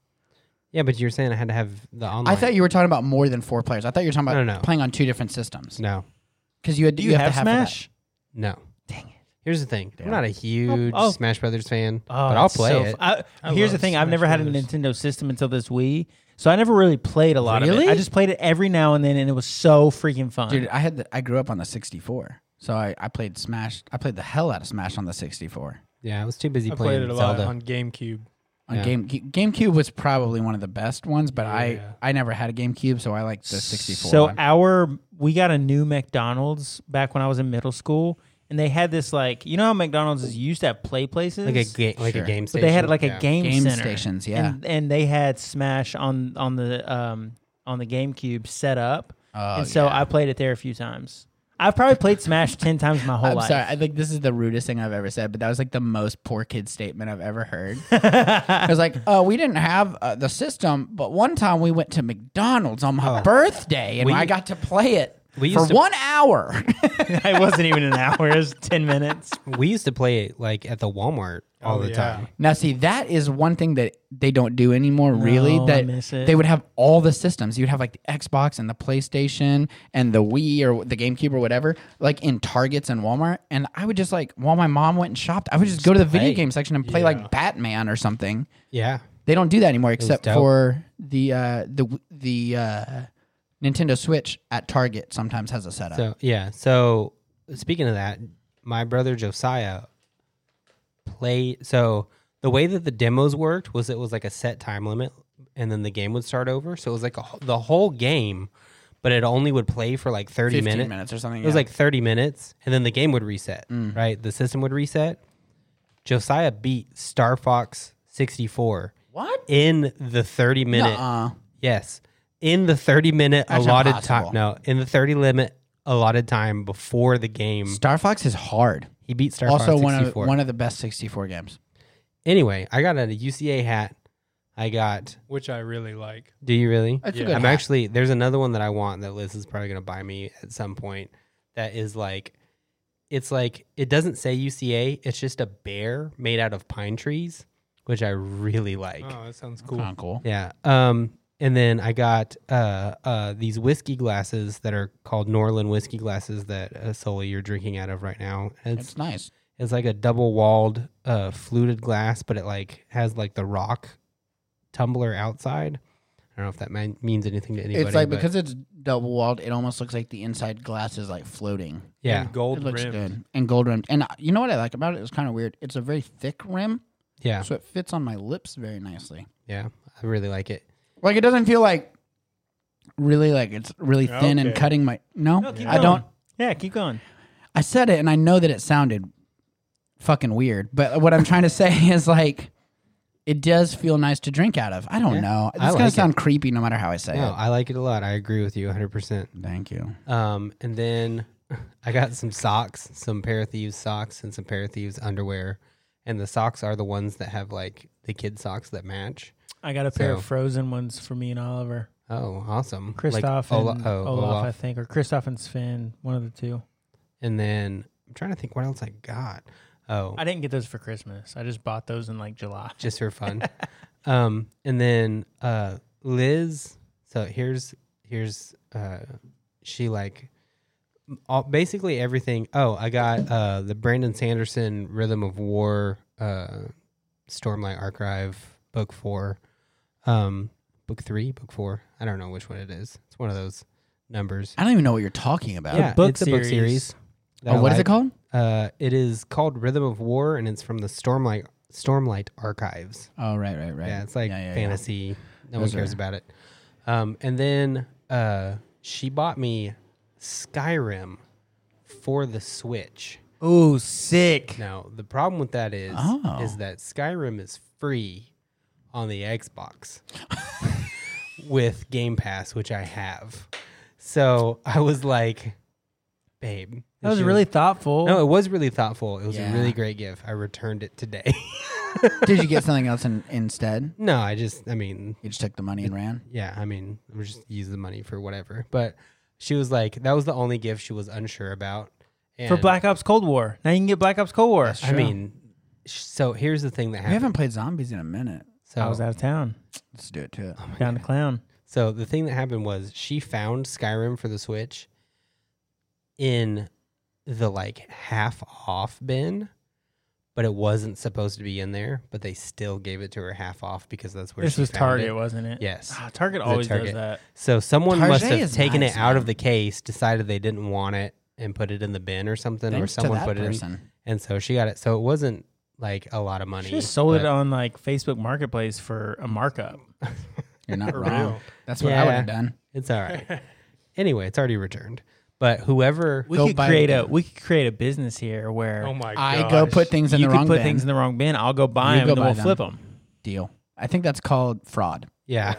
Speaker 2: yeah, but you're saying I had to have the online.
Speaker 3: I thought you were talking about more than four players. I thought you were talking about
Speaker 2: No, no, no.
Speaker 3: playing on two different systems
Speaker 2: no,
Speaker 3: because you had
Speaker 1: Do you,
Speaker 3: have,
Speaker 1: have,
Speaker 3: to have for that.
Speaker 1: Smash?
Speaker 2: no.
Speaker 1: Dang it.
Speaker 2: Here's the thing. I'm not a huge
Speaker 1: oh.
Speaker 2: Smash Brothers fan, but I'll
Speaker 1: it's
Speaker 2: play
Speaker 1: so
Speaker 2: it.
Speaker 1: fu- I-
Speaker 4: I
Speaker 1: here's the
Speaker 4: love
Speaker 1: thing: I've
Speaker 4: Smash
Speaker 1: never had a
Speaker 4: Brothers.
Speaker 1: Nintendo system until this Wii, so I never really played a lot of
Speaker 3: Really?
Speaker 1: it. I just played it every now and then, and it was so freaking fun.
Speaker 3: Dude, I had the, I grew up on the 64, so I, I played Smash. I played the hell out of Smash on the 64.
Speaker 2: yeah, I was too busy
Speaker 4: I
Speaker 2: playing
Speaker 4: played it a lot
Speaker 2: Zelda.
Speaker 4: on GameCube.
Speaker 3: On
Speaker 2: Yeah.
Speaker 3: Game G- GameCube was probably one of the best ones, but I
Speaker 4: Yeah.
Speaker 3: I never had a GameCube, so I liked the 64.
Speaker 1: So
Speaker 3: one.
Speaker 1: our we got a new McDonald's back when I was in middle school, and they had this like you know how McDonald's is used to have play places,
Speaker 2: like a game, like
Speaker 3: Sure.
Speaker 2: a game
Speaker 1: but
Speaker 2: station.
Speaker 1: they had like
Speaker 2: Yeah.
Speaker 1: a game
Speaker 3: Game
Speaker 1: center.
Speaker 3: stations, yeah.
Speaker 1: and, and they had Smash on on the um on the GameCube set up,
Speaker 3: Oh,
Speaker 1: and so
Speaker 3: yeah.
Speaker 1: I played it there a few times. I've probably played Smash [LAUGHS] ten times my whole
Speaker 3: I'm
Speaker 1: life. [LAUGHS]
Speaker 3: sorry. I think this is the rudest thing I've ever said, but that was like the most poor kid statement I've
Speaker 2: [LAUGHS]
Speaker 3: ever heard. I was like, "Oh, we didn't have uh, the system, but one time we went to McDonald's on my birthday, and
Speaker 2: Oh. We-
Speaker 3: I got to play it
Speaker 2: We
Speaker 3: for
Speaker 2: used to-
Speaker 3: one hour."
Speaker 1: it wasn't even an hour; it was ten minutes.
Speaker 2: We used to play it like at the Walmart all
Speaker 4: Oh,
Speaker 2: the
Speaker 4: yeah.
Speaker 2: time.
Speaker 3: now, see, that is one thing that they don't do anymore. Really,
Speaker 1: No, I
Speaker 3: that
Speaker 1: miss it.
Speaker 3: they would have all the systems. You'd have like the Xbox and the PlayStation and the Wii or the GameCube or whatever, like in Targets and Walmart. And I would just like while my mom went and shopped, I would just, go to the video
Speaker 2: play.
Speaker 3: game section and play like Batman or something.
Speaker 2: Yeah,
Speaker 3: They don't do that anymore, except
Speaker 2: dope.
Speaker 3: for the uh, the the uh, Nintendo Switch at Target sometimes has a setup.
Speaker 2: So yeah. So speaking of that, my brother Josiah played. So the way that the demos worked was it was like a set time limit, and then the game would start over. So it was like a, wh- the whole game, but it only would play for like thirty
Speaker 3: 15
Speaker 2: minutes.
Speaker 3: minutes or something.
Speaker 2: It was
Speaker 3: yeah. Mm.
Speaker 2: like thirty minutes, and then the game would reset. Right, the system would reset. Josiah beat Star Fox sixty four
Speaker 3: what?
Speaker 2: in the thirty minute.
Speaker 3: Uh,
Speaker 2: Yes. In the 30 minute
Speaker 3: That's
Speaker 2: allotted
Speaker 3: impossible.
Speaker 2: time. No, in the 30 limit allotted time before the game,
Speaker 3: Star Fox is hard.
Speaker 2: he beat Star
Speaker 3: also
Speaker 2: Fox
Speaker 3: one
Speaker 2: 64.
Speaker 3: of one of the best 64 games.
Speaker 2: anyway, I got a UCA hat. I got,
Speaker 4: which I really like.
Speaker 2: do you really?
Speaker 3: That's
Speaker 4: Yeah.
Speaker 3: a good.
Speaker 2: I'm
Speaker 3: hat.
Speaker 2: actually, there's another one that I want that Liz is probably going to buy me at some point that is like, it's like, it doesn't say UCA. It's just a bear made out of pine trees, which I really like.
Speaker 4: Oh, that sounds cool.
Speaker 3: Kinda cool.
Speaker 2: Yeah. Um, and then I got uh, uh, these whiskey glasses that are called Norland whiskey glasses that uh, Sully you're drinking out of right now. It's
Speaker 3: It's nice.
Speaker 2: it's like a double walled uh, fluted glass, but it like has like the rock tumbler outside. I don't know if that mean, means anything to anybody.
Speaker 3: it's like
Speaker 2: but
Speaker 3: because it's double walled, it almost looks like the inside glass is like floating.
Speaker 2: yeah,
Speaker 4: And
Speaker 3: It
Speaker 4: gold
Speaker 3: looks
Speaker 4: rim.
Speaker 3: good and gold rimmed. And uh, you know what I like about it? It's kind of weird. It's a very thick rim,
Speaker 2: yeah,
Speaker 3: so it fits on my lips very nicely.
Speaker 2: yeah. I really like it.
Speaker 3: Like it doesn't feel like really like it's really thin and
Speaker 4: Okay.
Speaker 3: cutting my
Speaker 1: [LAUGHS]
Speaker 3: no.
Speaker 1: No, keep
Speaker 3: I don't.
Speaker 1: going. Yeah, keep going.
Speaker 3: I said it, and I know that it sounded fucking weird. But what I'm trying to say [LAUGHS] is like. It does feel nice to drink out of. I don't
Speaker 2: Yeah,
Speaker 3: know. It's
Speaker 2: I
Speaker 3: gonna
Speaker 2: like it.
Speaker 3: sound creepy no matter how I say
Speaker 2: No, I like it a lot. I agree with you 100. percent
Speaker 3: it. Thank you.
Speaker 2: Um, and then [LAUGHS] I got some socks, some pair of thieves socks, and some pair of thieves underwear. And the socks are the ones that have like the kid socks that match.
Speaker 1: I got a pair
Speaker 2: So-
Speaker 1: of frozen ones for me and Oliver.
Speaker 2: Oh, awesome. Like
Speaker 5: Kristoff
Speaker 2: Ola-
Speaker 5: and
Speaker 2: oh,
Speaker 5: Olaf,
Speaker 2: Olaf.
Speaker 5: I think, or Kristoff and Sven, one of the two.
Speaker 2: And then I'm trying to think what else I got. Oh,
Speaker 5: I didn't get those for Christmas. I just bought those in like July.
Speaker 2: just for fun. um, and then uh, Liz. So here's here's uh, she like all, basically everything. Oh, I got uh, the Brandon Sanderson Rhythm of War, uh, Stormlight Archive book four, um, book three, book four. I don't know which one it is. It's one of those numbers.
Speaker 3: I don't even know what you're talking about.
Speaker 2: Yeah,
Speaker 5: book
Speaker 2: it's a book
Speaker 5: series.
Speaker 2: series. that
Speaker 3: Oh,
Speaker 2: I
Speaker 3: what is
Speaker 2: like.
Speaker 3: it called?
Speaker 2: Uh, it is called Rhythm of War, and it's from the Stormlight Stormlight Archives.
Speaker 3: Oh, right, right, right.
Speaker 2: Yeah, it's like
Speaker 3: Yeah, yeah, yeah.
Speaker 2: fantasy. No
Speaker 3: Those
Speaker 2: one cares
Speaker 3: are-
Speaker 2: about it. Um, and then uh, she bought me Skyrim for the Switch.
Speaker 1: Ooh, sick.
Speaker 2: Now the problem with that is
Speaker 3: Oh.
Speaker 2: is that Skyrim is free on the Xbox [LAUGHS] with Game Pass, which I have. So I was like, babe, And
Speaker 5: That was
Speaker 2: she
Speaker 5: really thoughtful.
Speaker 2: no, it was really thoughtful. It was
Speaker 3: Yeah.
Speaker 2: a really great gift. I returned it today. [LAUGHS]
Speaker 3: Did you get something else in, instead?
Speaker 2: no, I just, I mean,
Speaker 3: You just took the money and ran.
Speaker 2: yeah, I mean, we just use the money for whatever. But she was like, that was the only gift she was unsure about. And
Speaker 1: For Black Ops Cold War. Now you can get Black Ops Cold War.
Speaker 2: I mean, sh- so here's the thing that
Speaker 3: We haven't
Speaker 2: happened.
Speaker 3: played zombies in a minute.
Speaker 2: So,
Speaker 5: I was out of town,
Speaker 3: Let's do it to it.
Speaker 1: Oh,
Speaker 5: down to clown.
Speaker 2: so the thing that happened was she found Skyrim for the Switch in the like half off bin, but it wasn't supposed to be in there. But they still gave it to her half off because that's where
Speaker 5: This
Speaker 2: she
Speaker 5: was
Speaker 2: found
Speaker 5: Target,
Speaker 2: it.
Speaker 5: wasn't it?
Speaker 2: Yes.
Speaker 5: Ah, Target
Speaker 2: was at
Speaker 5: always
Speaker 2: Target.
Speaker 5: does that.
Speaker 2: So someone must
Speaker 3: Target
Speaker 2: have
Speaker 3: is
Speaker 2: taken
Speaker 3: nice,
Speaker 2: it out of
Speaker 3: man.
Speaker 2: the case, decided they didn't want it, and put it in the bin or something, or
Speaker 3: Thanks to
Speaker 2: someone
Speaker 3: that
Speaker 2: put it in.
Speaker 3: person.
Speaker 2: And so she got it. So it wasn't like a lot of money.
Speaker 5: She just sold
Speaker 2: but-
Speaker 5: it on like Facebook Marketplace for a markup.
Speaker 3: You're not
Speaker 4: For
Speaker 3: wrong.
Speaker 4: real.
Speaker 3: That's what I would
Speaker 2: Yeah.
Speaker 3: have done.
Speaker 2: It's all
Speaker 5: [LAUGHS]
Speaker 2: right. anyway, it's already returned. But whoever,
Speaker 1: we
Speaker 3: Go
Speaker 1: could
Speaker 3: buy
Speaker 1: create
Speaker 3: it.
Speaker 1: a we could create a business here where
Speaker 4: Oh my god.
Speaker 3: I go put things in
Speaker 1: you
Speaker 3: the
Speaker 1: could
Speaker 3: wrong
Speaker 1: put
Speaker 3: bin.
Speaker 1: things in the wrong bin. I'll go buy them
Speaker 3: You go
Speaker 1: and then
Speaker 3: buy
Speaker 1: we'll
Speaker 3: them.
Speaker 1: flip them.
Speaker 3: Deal. I think that's called fraud.
Speaker 5: [LAUGHS]
Speaker 2: yeah,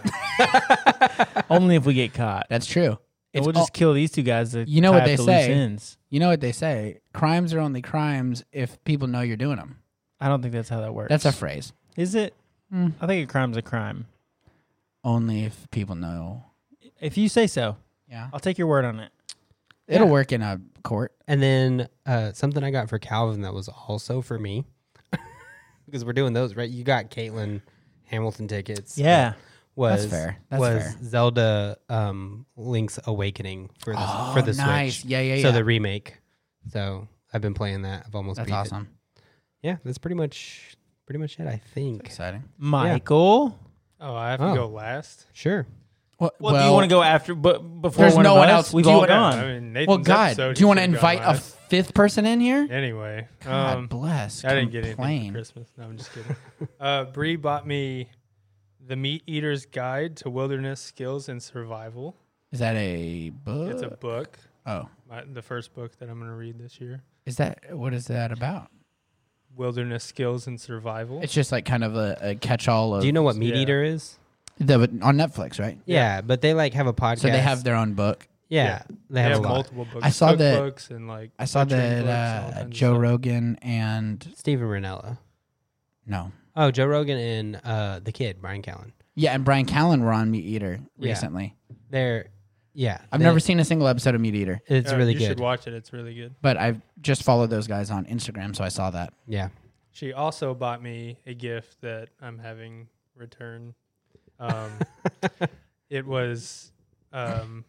Speaker 1: Only if we get caught.
Speaker 3: That's true.
Speaker 1: And
Speaker 3: It's
Speaker 1: we'll just
Speaker 3: all-
Speaker 1: kill these two guys. That
Speaker 3: You know what
Speaker 1: tie up
Speaker 3: they
Speaker 1: the
Speaker 3: say.
Speaker 1: Loose ends.
Speaker 3: You know what they say? Crimes are only crimes if people know you're doing them.
Speaker 1: I don't think that's how that works.
Speaker 3: That's a phrase.
Speaker 1: Is it?
Speaker 3: Mm.
Speaker 1: I think a crime's a crime.
Speaker 3: Only if people know.
Speaker 1: If you say so,
Speaker 3: Yeah.
Speaker 1: I'll take your word on it.
Speaker 3: It'll work in a court.
Speaker 2: and then uh, something I got for Calvin that was also for me [LAUGHS] because we're doing those right. You got Caitlin Hamilton tickets.
Speaker 1: Yeah.
Speaker 2: was
Speaker 3: fair. That's
Speaker 2: was
Speaker 3: fair.
Speaker 2: Zelda um, Link's Awakening for the
Speaker 3: Oh,
Speaker 2: for the
Speaker 3: nice.
Speaker 2: Switch.
Speaker 3: Yeah, yeah,
Speaker 2: So
Speaker 3: yeah.
Speaker 2: the remake. So I've been playing that. I've almost
Speaker 3: That's
Speaker 2: beat it.
Speaker 3: awesome.
Speaker 2: Yeah, that's pretty much pretty much it. I think.
Speaker 3: Exciting.
Speaker 1: Michael.
Speaker 4: Oh, I have
Speaker 2: Oh.
Speaker 4: to go last.
Speaker 2: Sure.
Speaker 3: Well,
Speaker 1: Well, do you want to go after? But before
Speaker 3: There's
Speaker 1: one
Speaker 3: no
Speaker 1: of
Speaker 3: one
Speaker 1: us?
Speaker 3: else.
Speaker 1: We've
Speaker 3: Do you
Speaker 1: all
Speaker 3: wanna-
Speaker 1: gone.
Speaker 4: I mean, Nathan's
Speaker 3: Well, God,
Speaker 4: episode,
Speaker 3: do you want to
Speaker 4: should've gone
Speaker 3: invite a
Speaker 4: last.
Speaker 3: fifth person in here?
Speaker 4: anyway?
Speaker 3: God
Speaker 4: um,
Speaker 3: bless.
Speaker 4: I didn't get anything
Speaker 3: Complain.
Speaker 4: for Christmas. No, I'm just kidding. [LAUGHS] uh, Bree bought me the Meat Eater's Guide to Wilderness Skills and Survival.
Speaker 3: Is that a book?
Speaker 4: It's a book,
Speaker 3: oh,
Speaker 4: my, the first book that I'm going to read this year.
Speaker 3: is that what is that about?
Speaker 4: Wilderness Skills and Survival.
Speaker 3: It's just like kind of a, a catch-all of
Speaker 2: Do you know what Meat
Speaker 4: Yeah.
Speaker 2: Eater is?
Speaker 3: the, on Netflix, right?
Speaker 2: Yeah. but they like have a podcast.
Speaker 3: So they have their own book.
Speaker 2: yeah, they
Speaker 4: They
Speaker 2: have,
Speaker 4: have
Speaker 2: a lot.
Speaker 4: multiple books.
Speaker 3: I saw that-
Speaker 4: cookbooks and like
Speaker 3: I saw
Speaker 4: butchering books, all
Speaker 3: that uh,
Speaker 4: kinds of
Speaker 3: Joe
Speaker 4: stuff.
Speaker 3: Rogan and
Speaker 2: Steven Ranella.
Speaker 3: no,
Speaker 2: Oh, Joe Rogan and uh, the kid Brian Callen.
Speaker 3: yeah, and Brian Callen were on Meat Eater
Speaker 2: Yeah.
Speaker 3: recently.
Speaker 2: They're yeah.
Speaker 3: I've
Speaker 2: they-
Speaker 3: never seen a single episode of Meat Eater,
Speaker 2: It's
Speaker 4: Yeah,
Speaker 2: really
Speaker 4: you
Speaker 2: good.
Speaker 4: should watch it. It's really good.
Speaker 3: but I've just followed those guys on Instagram, so I saw that.
Speaker 2: yeah.
Speaker 4: She also bought me a gift that I'm having return.
Speaker 3: [LAUGHS]
Speaker 4: Um, it was um,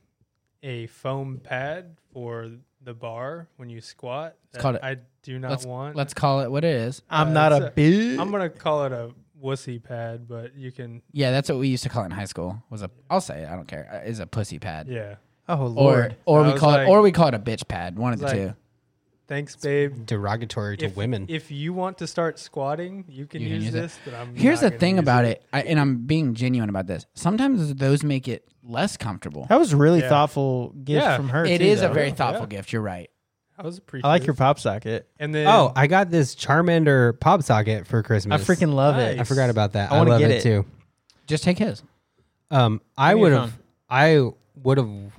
Speaker 4: a foam pad for the bar when you squat. That
Speaker 3: called it-
Speaker 4: I do not want.
Speaker 3: Let's call it what it is.
Speaker 1: I'm
Speaker 4: Uh,
Speaker 1: not
Speaker 4: it's
Speaker 1: a
Speaker 4: a-
Speaker 1: bitch.
Speaker 4: I'm gonna call it a wussy pad, but you can.
Speaker 3: Yeah, that's what we used to call it in high school. Was a I'll say it, I don't care. uh, Is a pussy pad.
Speaker 4: Yeah.
Speaker 1: oh
Speaker 3: Or,
Speaker 1: lord.
Speaker 3: or
Speaker 4: I
Speaker 3: we
Speaker 4: was
Speaker 3: call
Speaker 4: like-
Speaker 3: it or we call it a bitch pad, one of the
Speaker 4: Like,
Speaker 3: two.
Speaker 4: Thanks, babe.
Speaker 2: Derogatory to
Speaker 4: if,
Speaker 2: women.
Speaker 4: If you want to start squatting, you can,
Speaker 3: You can
Speaker 4: use,
Speaker 3: use it.
Speaker 4: this. But I'm.
Speaker 3: Here's
Speaker 4: not
Speaker 3: the
Speaker 4: gonna
Speaker 3: thing
Speaker 4: use
Speaker 3: about
Speaker 4: it.
Speaker 3: it, I, and I'm being genuine about this. Sometimes those make it less comfortable.
Speaker 1: That was a really
Speaker 4: Yeah.
Speaker 1: thoughtful gift
Speaker 4: Yeah.
Speaker 1: from her.
Speaker 3: It
Speaker 1: too,
Speaker 3: is a
Speaker 1: though.
Speaker 3: very
Speaker 4: Yeah.
Speaker 3: thoughtful gift. You're right.
Speaker 4: I was appreciative.
Speaker 1: I like your pop socket.
Speaker 4: And then
Speaker 2: oh, I got this Charmander pop socket for
Speaker 1: I
Speaker 2: Christmas.
Speaker 1: freaking love
Speaker 2: I
Speaker 1: it.
Speaker 4: Nice.
Speaker 2: forgot about that.
Speaker 1: I
Speaker 2: I,
Speaker 1: wanna
Speaker 2: love
Speaker 1: get
Speaker 2: it,
Speaker 1: it.
Speaker 2: too.
Speaker 3: Just take his.
Speaker 2: Um, I
Speaker 1: me your
Speaker 2: would have,
Speaker 1: phone.
Speaker 2: I would have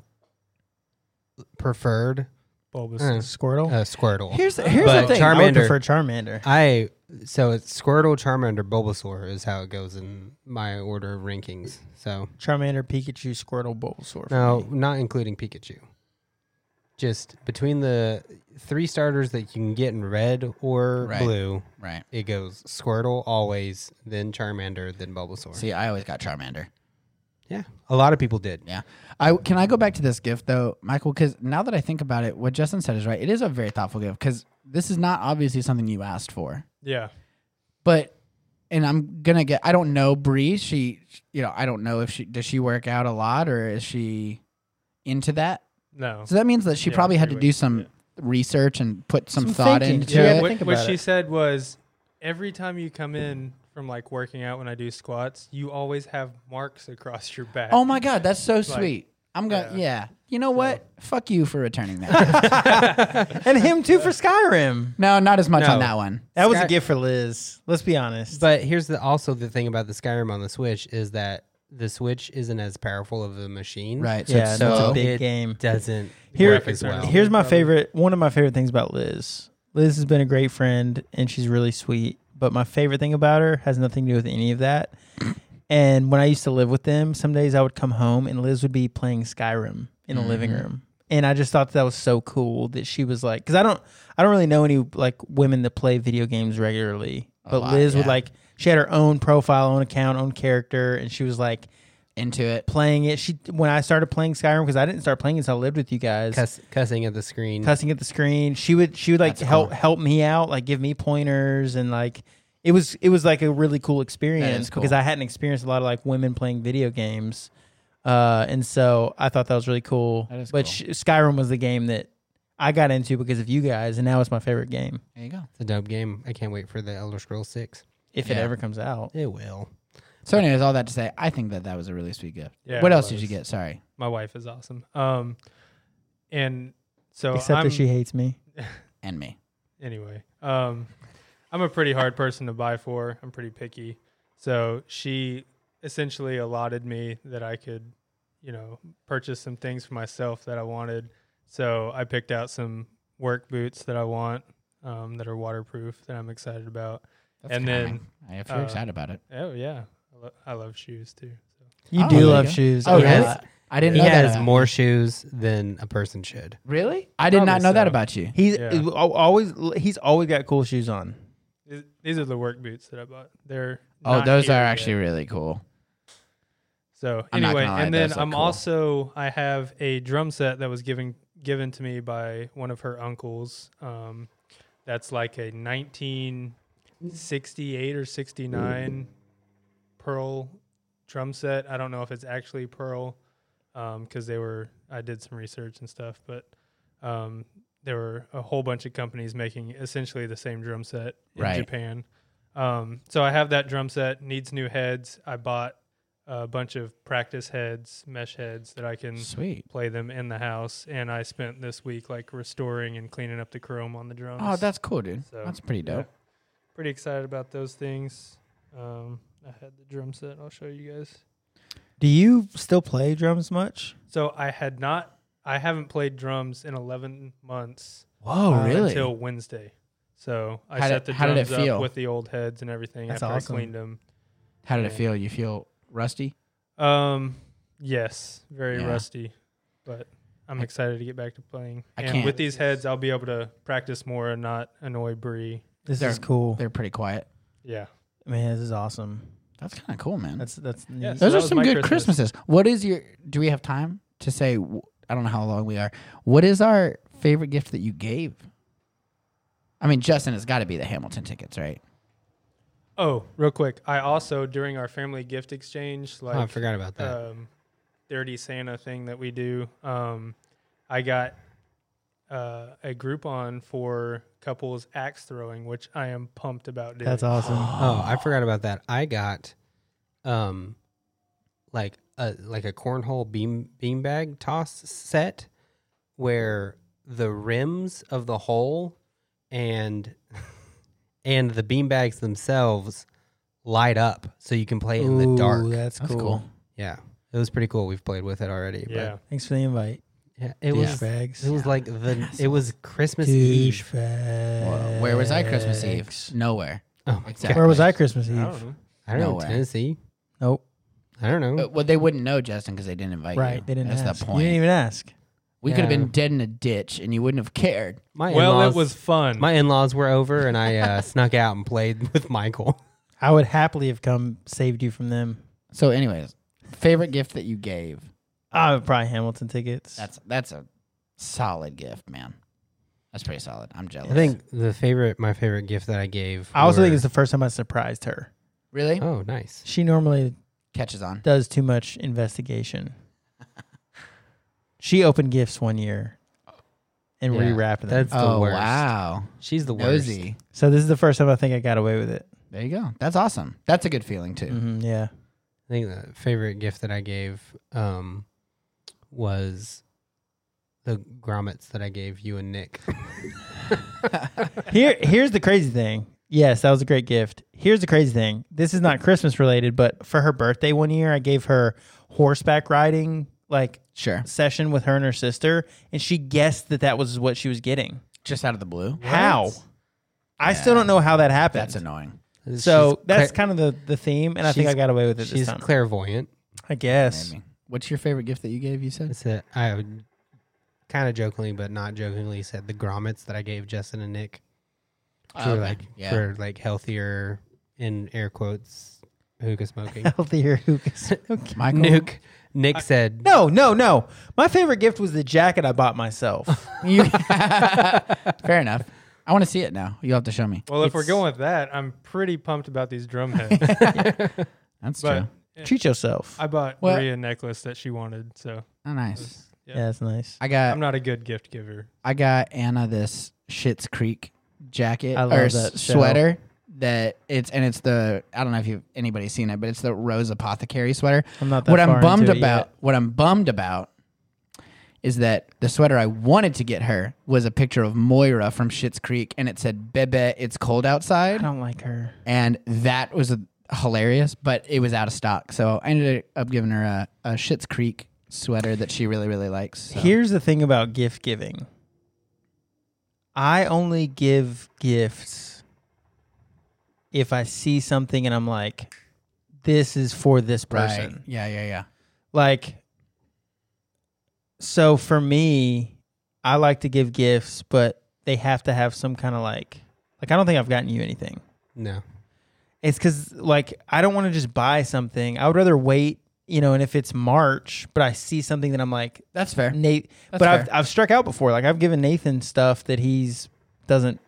Speaker 2: preferred
Speaker 4: Bulbous.
Speaker 2: uh,
Speaker 1: Squirtle.
Speaker 2: Squirtle.
Speaker 3: Mm.
Speaker 1: here's here's
Speaker 2: But
Speaker 1: the thing. I
Speaker 2: uh, Charmander-
Speaker 1: would prefer Charmander.
Speaker 2: I So it's Squirtle, Charmander, Bulbasaur is how it goes in my order of rankings. So
Speaker 1: Charmander, Pikachu, Squirtle, Bulbasaur. for
Speaker 2: no,
Speaker 1: me.
Speaker 2: not including Pikachu. Just between the three starters that you can get in red or
Speaker 3: Right.
Speaker 2: blue,
Speaker 3: Right.
Speaker 2: it goes Squirtle always, then Charmander, then Bulbasaur.
Speaker 3: See, I always got Charmander.
Speaker 2: yeah, a lot of people did.
Speaker 3: Yeah. I can I go back to this gift though, Michael, because now that I think about it, what Justin said is right. It is a very thoughtful gift because this is not obviously something you asked for,
Speaker 4: Yeah.
Speaker 3: but and I'm gonna get. I don't know Bree. She, you know, I don't know if she does she work out a lot or is she into that.
Speaker 4: No.
Speaker 3: So that means that she
Speaker 4: Yeah,
Speaker 3: probably had to do
Speaker 4: pretty much,
Speaker 3: some
Speaker 4: yeah.
Speaker 3: research and put some,
Speaker 1: Some
Speaker 3: thought
Speaker 1: thinking.
Speaker 3: into
Speaker 1: Yeah,
Speaker 3: it.
Speaker 1: I
Speaker 4: what,
Speaker 1: think
Speaker 4: what
Speaker 1: about
Speaker 4: she
Speaker 1: it.
Speaker 4: said was every time you come in from like working out when I do squats, you always have marks across your back.
Speaker 3: Oh my god, that's so sweet. I'm gonna yeah.
Speaker 4: yeah.
Speaker 3: You know what? Fuck you for returning
Speaker 4: [LAUGHS]
Speaker 3: that.
Speaker 1: and him too for Skyrim.
Speaker 3: no, not as much
Speaker 2: No.
Speaker 3: on that one.
Speaker 1: That was
Speaker 2: Sky-
Speaker 1: a gift for Liz. Let's be honest.
Speaker 2: But here's the also the thing about the Skyrim on the Switch is that the Switch isn't as powerful of a machine.
Speaker 3: Right. So
Speaker 1: yeah,
Speaker 3: it's
Speaker 1: no, it's
Speaker 3: so
Speaker 1: a big
Speaker 2: it
Speaker 1: game.
Speaker 2: Doesn't
Speaker 1: Here-
Speaker 2: work as well.
Speaker 1: Here's my
Speaker 4: Probably.
Speaker 1: favorite. One of my favorite things about Liz. Liz has been a great friend, and she's really sweet. But my favorite thing about her has nothing to do with any of that. And when I used to live with them, some days I would come home and Liz would be playing Skyrim in the living
Speaker 2: Mm-hmm.
Speaker 1: room, and I just thought that was so cool that she was like, because I don't, I don't really know any like women that play video games regularly, but
Speaker 3: lot,
Speaker 1: Liz would
Speaker 3: yeah.
Speaker 1: like she had her own profile, own account, own character, and she was like
Speaker 3: into it.
Speaker 1: playing it. She when I started playing Skyrim because I didn't start playing until I lived with you guys
Speaker 2: Cuss, cussing at the screen.
Speaker 1: cussing at the screen. She would she would like help help me out, like give me pointers and like it was it was like a really cool experience
Speaker 3: cool.
Speaker 1: because I hadn't experienced a lot of like women playing video games. Uh, and so I thought that was really cool.
Speaker 3: That is
Speaker 1: but
Speaker 3: cool.
Speaker 1: sh- Skyrim was the game that I got into because of you guys, and now it's my favorite game
Speaker 3: There you go.
Speaker 2: It's a dope game. I can't wait for the Elder Scrolls Six.
Speaker 1: if it
Speaker 3: Yeah.
Speaker 1: ever comes out.
Speaker 2: It will.
Speaker 3: So, anyways, all that to say, I think that that was a really sweet gift.
Speaker 4: Yeah,
Speaker 3: what
Speaker 4: it
Speaker 3: else did you
Speaker 4: was.
Speaker 3: get? Sorry.
Speaker 4: My wife is awesome. Um, and so
Speaker 1: Except
Speaker 4: I'm,
Speaker 1: that she hates me.
Speaker 3: And me.
Speaker 4: anyway, um, I'm a pretty hard person to buy for. I'm pretty picky. So she essentially allotted me that I could, you know, purchase some things for myself that I wanted. So I picked out some work boots that I want um, that are waterproof that I'm excited about. And then-
Speaker 3: then, if you're
Speaker 4: uh,
Speaker 3: excited about it,
Speaker 4: Oh, yeah. I, lo- I love shoes too. So.
Speaker 1: You
Speaker 3: Oh, there
Speaker 1: do
Speaker 3: you
Speaker 1: love
Speaker 3: go.
Speaker 1: shoes.
Speaker 3: Oh,
Speaker 1: a
Speaker 2: really?
Speaker 1: lot.
Speaker 3: I didn't
Speaker 2: He
Speaker 3: know that.
Speaker 2: has
Speaker 3: about-
Speaker 2: more shoes than a person should.
Speaker 3: really? I did not
Speaker 4: Probably
Speaker 3: know that
Speaker 4: so.
Speaker 3: about you.
Speaker 1: He's
Speaker 4: Yeah.
Speaker 1: al- always he's always got cool shoes on.
Speaker 4: These- These are the work boots that I bought. They're
Speaker 3: Oh,
Speaker 4: not
Speaker 3: those
Speaker 4: here
Speaker 3: are
Speaker 4: yet.
Speaker 3: actually really cool.
Speaker 4: So
Speaker 3: I'm not
Speaker 4: anyway,
Speaker 3: gonna lie,
Speaker 4: and
Speaker 3: those
Speaker 4: then
Speaker 3: look
Speaker 4: I'm
Speaker 3: cool.
Speaker 4: also I have a drum set that was given given to me by one of her uncles. Um, that's like a 1968 or 69 pearl drum set. I don't know if it's actually pearl because they were. I did some research and stuff, but um, there were a whole bunch of companies making essentially the same drum set in
Speaker 3: Right.
Speaker 4: Japan. Um, so I have that drum set. Needs new heads. I bought a bunch of practice heads, mesh heads that I can
Speaker 3: Sweet.
Speaker 4: play them in the house. And I spent this week like restoring and cleaning up the chrome on the drums.
Speaker 3: Oh, that's cool, dude.
Speaker 4: So,
Speaker 3: that's pretty
Speaker 4: yeah.
Speaker 3: dope.
Speaker 4: pretty excited about those things. Um, I had the drum set. I'll show you guys.
Speaker 1: Do you still play drums much?
Speaker 4: So I had not. I haven't played drums in 11 months.
Speaker 3: Whoa,
Speaker 4: uh,
Speaker 3: Oh, really?
Speaker 4: Until Wednesday. So I
Speaker 3: How did-
Speaker 4: set the
Speaker 3: how did it
Speaker 4: drums
Speaker 3: feel?
Speaker 4: up with the old heads and everything
Speaker 1: That's
Speaker 4: after
Speaker 1: awesome.
Speaker 4: I cleaned them.
Speaker 3: How did it
Speaker 4: Yeah.
Speaker 3: feel? You feel rusty?
Speaker 4: Um, yes, very
Speaker 3: Yeah.
Speaker 4: rusty, but I'm
Speaker 3: I-
Speaker 4: excited to get back to playing.
Speaker 3: I
Speaker 4: and
Speaker 3: can't-
Speaker 4: with these heads, I'll be able to practice more and not annoy Bree.
Speaker 1: This
Speaker 3: They're-
Speaker 1: is cool.
Speaker 3: They're pretty quiet.
Speaker 4: Yeah.
Speaker 1: Man, this is awesome.
Speaker 3: That's kind of cool, man.
Speaker 1: That's that's neat.
Speaker 4: Yes. So
Speaker 3: Those
Speaker 4: that
Speaker 3: are
Speaker 4: was
Speaker 3: some
Speaker 4: my
Speaker 3: good
Speaker 4: Christmas.
Speaker 3: Christmases. What is your? Do we have time to say? wh- I don't know how long we are. What is our favorite gift that you gave? I mean, Justin, it's got to be the Hamilton tickets, right?
Speaker 4: Oh, real quick, I also during our family gift exchange, like
Speaker 2: oh, I forgot about that.
Speaker 4: um, dirty Santa thing that we do, um, I got uh, a Groupon for couples axe throwing, which I am pumped about doing.
Speaker 1: That's
Speaker 2: [GASPS]
Speaker 1: awesome.
Speaker 2: oh, I forgot about that. I got, um, like a like a cornhole beam beanbag toss set, where the rims of the hole and [LAUGHS] and the beanbags themselves light up, so you can play in the dark.
Speaker 1: That's,
Speaker 3: That's
Speaker 1: cool.
Speaker 3: cool.
Speaker 2: Yeah, it was pretty cool. We've played with it already.
Speaker 4: Yeah.
Speaker 1: Thanks for the invite.
Speaker 2: but yeah, it was.
Speaker 1: Douchebags.
Speaker 2: It was like the. It was Christmas Eve.
Speaker 1: Douchebags.
Speaker 3: Where was I Christmas Eve? Nowhere.
Speaker 2: Oh my
Speaker 3: Exactly.
Speaker 2: God.
Speaker 1: Where was I Christmas
Speaker 4: I
Speaker 1: Eve?
Speaker 4: don't know.
Speaker 2: I don't know.
Speaker 3: Nowhere.
Speaker 2: Tennessee.
Speaker 1: Nope.
Speaker 2: I don't know.
Speaker 3: Uh, well, they wouldn't know, Justin, because they didn't invite you.
Speaker 1: Right. They didn't
Speaker 3: That's
Speaker 1: ask.
Speaker 3: the
Speaker 1: You
Speaker 3: point.
Speaker 1: didn't even ask.
Speaker 3: we could have
Speaker 2: Yeah.
Speaker 3: been dead in a ditch, and you wouldn't have cared.
Speaker 2: My
Speaker 4: Well,
Speaker 2: in-laws,
Speaker 4: it was
Speaker 2: [LAUGHS]
Speaker 4: fun.
Speaker 2: my in-laws were over, and I [LAUGHS] uh, snuck out and played with Michael.
Speaker 1: I would happily have come saved you from them.
Speaker 3: So, anyways, favorite gift that you gave.
Speaker 1: I would probably Hamilton tickets.
Speaker 3: That's that's a solid gift, man. That's pretty solid. I'm jealous.
Speaker 2: I think the favorite, my favorite gift that I gave.
Speaker 1: I also think
Speaker 2: were-
Speaker 1: it's the first time I surprised her.
Speaker 3: really
Speaker 2: oh nice.
Speaker 1: She normally
Speaker 3: catches on.
Speaker 1: does too much investigation. she opened gifts one year and
Speaker 2: Yeah,
Speaker 1: rewrapped them.
Speaker 2: that's- It's the
Speaker 3: oh
Speaker 2: worst.
Speaker 3: wow,
Speaker 2: She's the worst.
Speaker 3: nosy.
Speaker 1: so this is the first time I think I got away with it.
Speaker 3: There you go. That's awesome. That's a good feeling too.
Speaker 2: Mm. Mm-hmm.
Speaker 1: Mhm, yeah.
Speaker 2: I think the favorite gift that I gave um, was the grommets that I gave you and Nick.
Speaker 1: Here, here's the crazy thing. Yes, that was a great gift. Here's the crazy thing. This is not Christmas related, but for her birthday one year, I gave her horseback riding like
Speaker 3: Sure.
Speaker 1: session with her and her sister, and she guessed that that was what she was getting.
Speaker 3: Just out of the blue.
Speaker 1: How? I still don't know how that happened.
Speaker 3: That's annoying.
Speaker 1: so
Speaker 2: She's
Speaker 1: that's
Speaker 2: cla-
Speaker 1: kind of the the theme, and I think
Speaker 2: she's-
Speaker 1: I got away with it this
Speaker 2: she's
Speaker 1: time.
Speaker 2: clairvoyant.
Speaker 1: I guess. [LAUGHS]
Speaker 3: Maybe. What's your favorite gift that you gave? You said
Speaker 2: That's it. I would kind of jokingly, but not jokingly, said the grommets that I gave Justin and Nick for
Speaker 1: Oh,
Speaker 3: Okay.
Speaker 2: like
Speaker 3: Uh, Yeah.
Speaker 2: for like healthier in air quotes hookah smoking.
Speaker 1: Healthier hookahs.
Speaker 3: Michael.
Speaker 2: Nuke. Nick said
Speaker 1: [LAUGHS] No, no, no. My favorite gift was the jacket I bought
Speaker 3: [LAUGHS]
Speaker 1: myself.
Speaker 3: [LAUGHS]
Speaker 1: [LAUGHS]
Speaker 3: You- Fair enough. I want to see it now. You'll have to show me.
Speaker 4: Well, if we're
Speaker 1: It's-
Speaker 4: going with that, I'm pretty pumped about these drum heads.
Speaker 3: That's
Speaker 4: but
Speaker 3: true.
Speaker 1: Treat yourself.
Speaker 4: I bought
Speaker 3: Well-
Speaker 4: Maria a necklace that she wanted, so
Speaker 3: Oh, nice.
Speaker 1: yeah, that's nice.
Speaker 3: I got
Speaker 4: I'm not a good gift giver.
Speaker 3: I got Anna this Shits Creek jacket
Speaker 1: I love
Speaker 3: or
Speaker 1: that
Speaker 3: s-
Speaker 1: show.
Speaker 3: sweater that it's and it's the I don't know if you've anybody's seen it, but it's the Rose Apothecary sweater.
Speaker 1: I'm not that
Speaker 3: What
Speaker 1: far
Speaker 3: I'm
Speaker 1: into
Speaker 3: bummed
Speaker 1: it
Speaker 3: about
Speaker 1: yet.
Speaker 3: what I'm bummed about is that the sweater I wanted to get her was a picture of Moira from Shits Creek and it said Bebe, it's cold
Speaker 1: I
Speaker 3: outside.
Speaker 1: don't like her.
Speaker 3: And that was a, hilarious, but it was out of stock. So I ended up giving her a, a Shits Creek sweater that she really, really likes. So.
Speaker 1: Here's the thing about gift giving. I only give gifts if I see something and I'm like, this is for this person.
Speaker 3: right. Yeah, yeah, yeah.
Speaker 1: Like, so for me, I like to give gifts, but they have to have some kind of like, like I don't think I've gotten you anything.
Speaker 2: no.
Speaker 1: It's because like I don't want to just buy something. I would rather wait, you know. And if it's March, but I see something that I'm like,
Speaker 3: That's fair.
Speaker 1: Nate,
Speaker 3: That's
Speaker 1: but I've
Speaker 3: fair.
Speaker 1: I've struck out before. Like I've given Nathan stuff that he's doesn't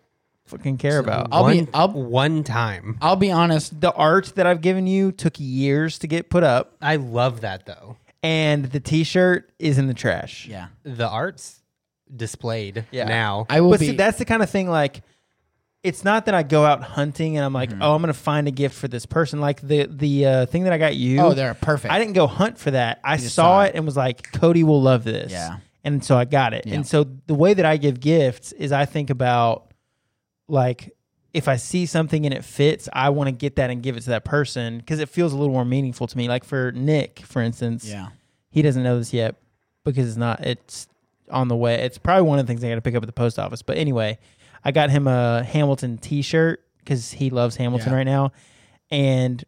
Speaker 1: fucking care about.
Speaker 3: I'll be-
Speaker 2: One-
Speaker 3: I'll-
Speaker 2: one time.
Speaker 3: I'll be honest.
Speaker 1: the art that I've given you took years to get put up,
Speaker 2: I love that though.
Speaker 1: and the T-shirt is in the trash.
Speaker 3: Yeah.
Speaker 2: The art's displayed
Speaker 1: Yeah.
Speaker 2: now.
Speaker 3: I will
Speaker 1: but
Speaker 3: be.
Speaker 1: see, that's the kind of thing like. It's not that I go out hunting and I'm like,
Speaker 3: Mm-hmm.
Speaker 1: oh, I'm gonna find a gift for this person. Like the the uh, thing that I got you.
Speaker 3: oh, they're perfect.
Speaker 1: I didn't go hunt for that. I
Speaker 3: just
Speaker 1: saw,
Speaker 3: saw
Speaker 1: it and was like, Cody will love this.
Speaker 3: Yeah.
Speaker 1: And so I got it.
Speaker 3: Yeah.
Speaker 1: And so the way that I give gifts is I think about like if I see something and it fits, I want to get that and give it to that person because it feels a little more meaningful to me. Like for Nick, for instance,
Speaker 3: Yeah.
Speaker 1: he doesn't know this yet because it's not it's on the way. It's probably one of the things I got to pick up at the post office. But anyway, I got him a Hamilton T-shirt because he loves Hamilton
Speaker 3: Yeah.
Speaker 1: right now, and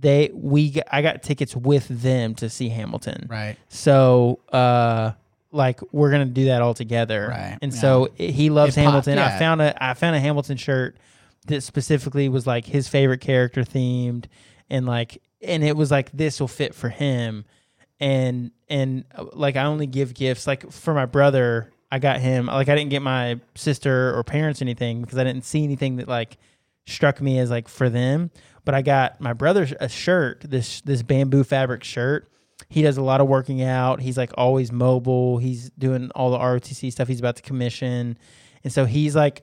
Speaker 1: they we g- I got tickets with them to see Hamilton.
Speaker 3: Right.
Speaker 1: So uh, like we're gonna do that all together.
Speaker 3: Right,
Speaker 1: And
Speaker 3: yeah.
Speaker 1: so i- he loves
Speaker 3: It popped,
Speaker 1: Hamilton.
Speaker 3: yeah.
Speaker 1: I found a I found a Hamilton shirt that specifically was like his favorite character themed, and like and it was like this will fit for him and and uh, like I only give gifts like for my brother. I got him like I didn't get my sister or parents anything because I didn't see anything that like struck me as like for them. But I got my brother a shirt this this bamboo fabric shirt. He does a lot of working out. He's like always mobile. He's doing all the ROTC stuff. He's about to commission, and so he's like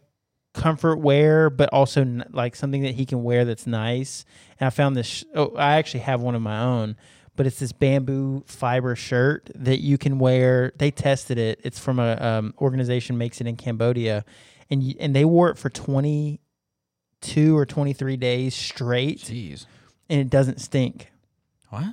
Speaker 1: comfort wear, but also n- like something that he can wear that's nice. And I found this. Sh- oh, I actually have one of my own, but it's this bamboo fiber shirt that you can wear. They tested it. It's from a um, organization makes it in Cambodia, and y- and they wore it for twenty two or twenty three days straight,
Speaker 3: Jeez.
Speaker 1: and it doesn't stink.
Speaker 3: What?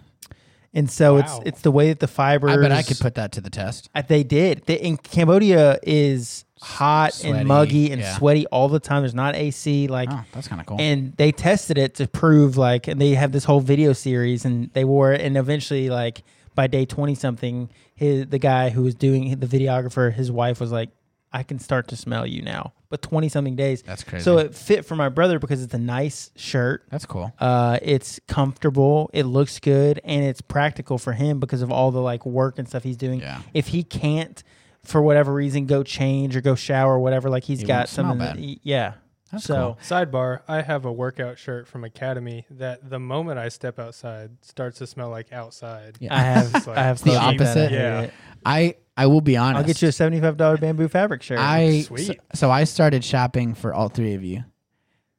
Speaker 1: And so it's
Speaker 2: Wow.
Speaker 1: it's the way that the fibers.
Speaker 3: I bet I could put that to the test.
Speaker 1: Uh, They did. They, in Cambodia is hot
Speaker 3: sweaty,
Speaker 1: and muggy and
Speaker 3: yeah.
Speaker 1: sweaty all the time. There's not AC. Like,
Speaker 3: Oh, that's kind of cool.
Speaker 1: and they tested it to prove like, and they have this whole video series, and they wore it, and eventually like by day twenty something, his the guy who was doing the videographer, his wife was like, I can start to smell you now. But twenty something days.
Speaker 3: that's crazy.
Speaker 1: So it fit for my brother because it's a nice shirt.
Speaker 3: that's cool.
Speaker 1: Uh, it's comfortable. It looks good, and it's practical for him because of all the like work and stuff he's doing.
Speaker 3: Yeah.
Speaker 1: If he can't, for whatever reason, go change or go shower or whatever, like he's
Speaker 3: He won't
Speaker 1: got
Speaker 3: smell
Speaker 1: something.
Speaker 3: bad.
Speaker 1: That he- yeah.
Speaker 3: That's
Speaker 1: so
Speaker 4: Sidebar: I have a workout shirt from Academy that the moment I step outside starts to smell like outside.
Speaker 3: Yeah.
Speaker 1: I have
Speaker 3: [LAUGHS]
Speaker 4: It's like-
Speaker 1: I have
Speaker 4: It's the
Speaker 1: clothes like that.
Speaker 3: opposite.
Speaker 1: I hate
Speaker 4: Yeah.
Speaker 1: it.
Speaker 3: I I will be honest.
Speaker 1: I'll get you a seventy five dollar bamboo fabric shirt.
Speaker 3: I
Speaker 4: Sweet.
Speaker 3: So, so I started shopping for all three of you,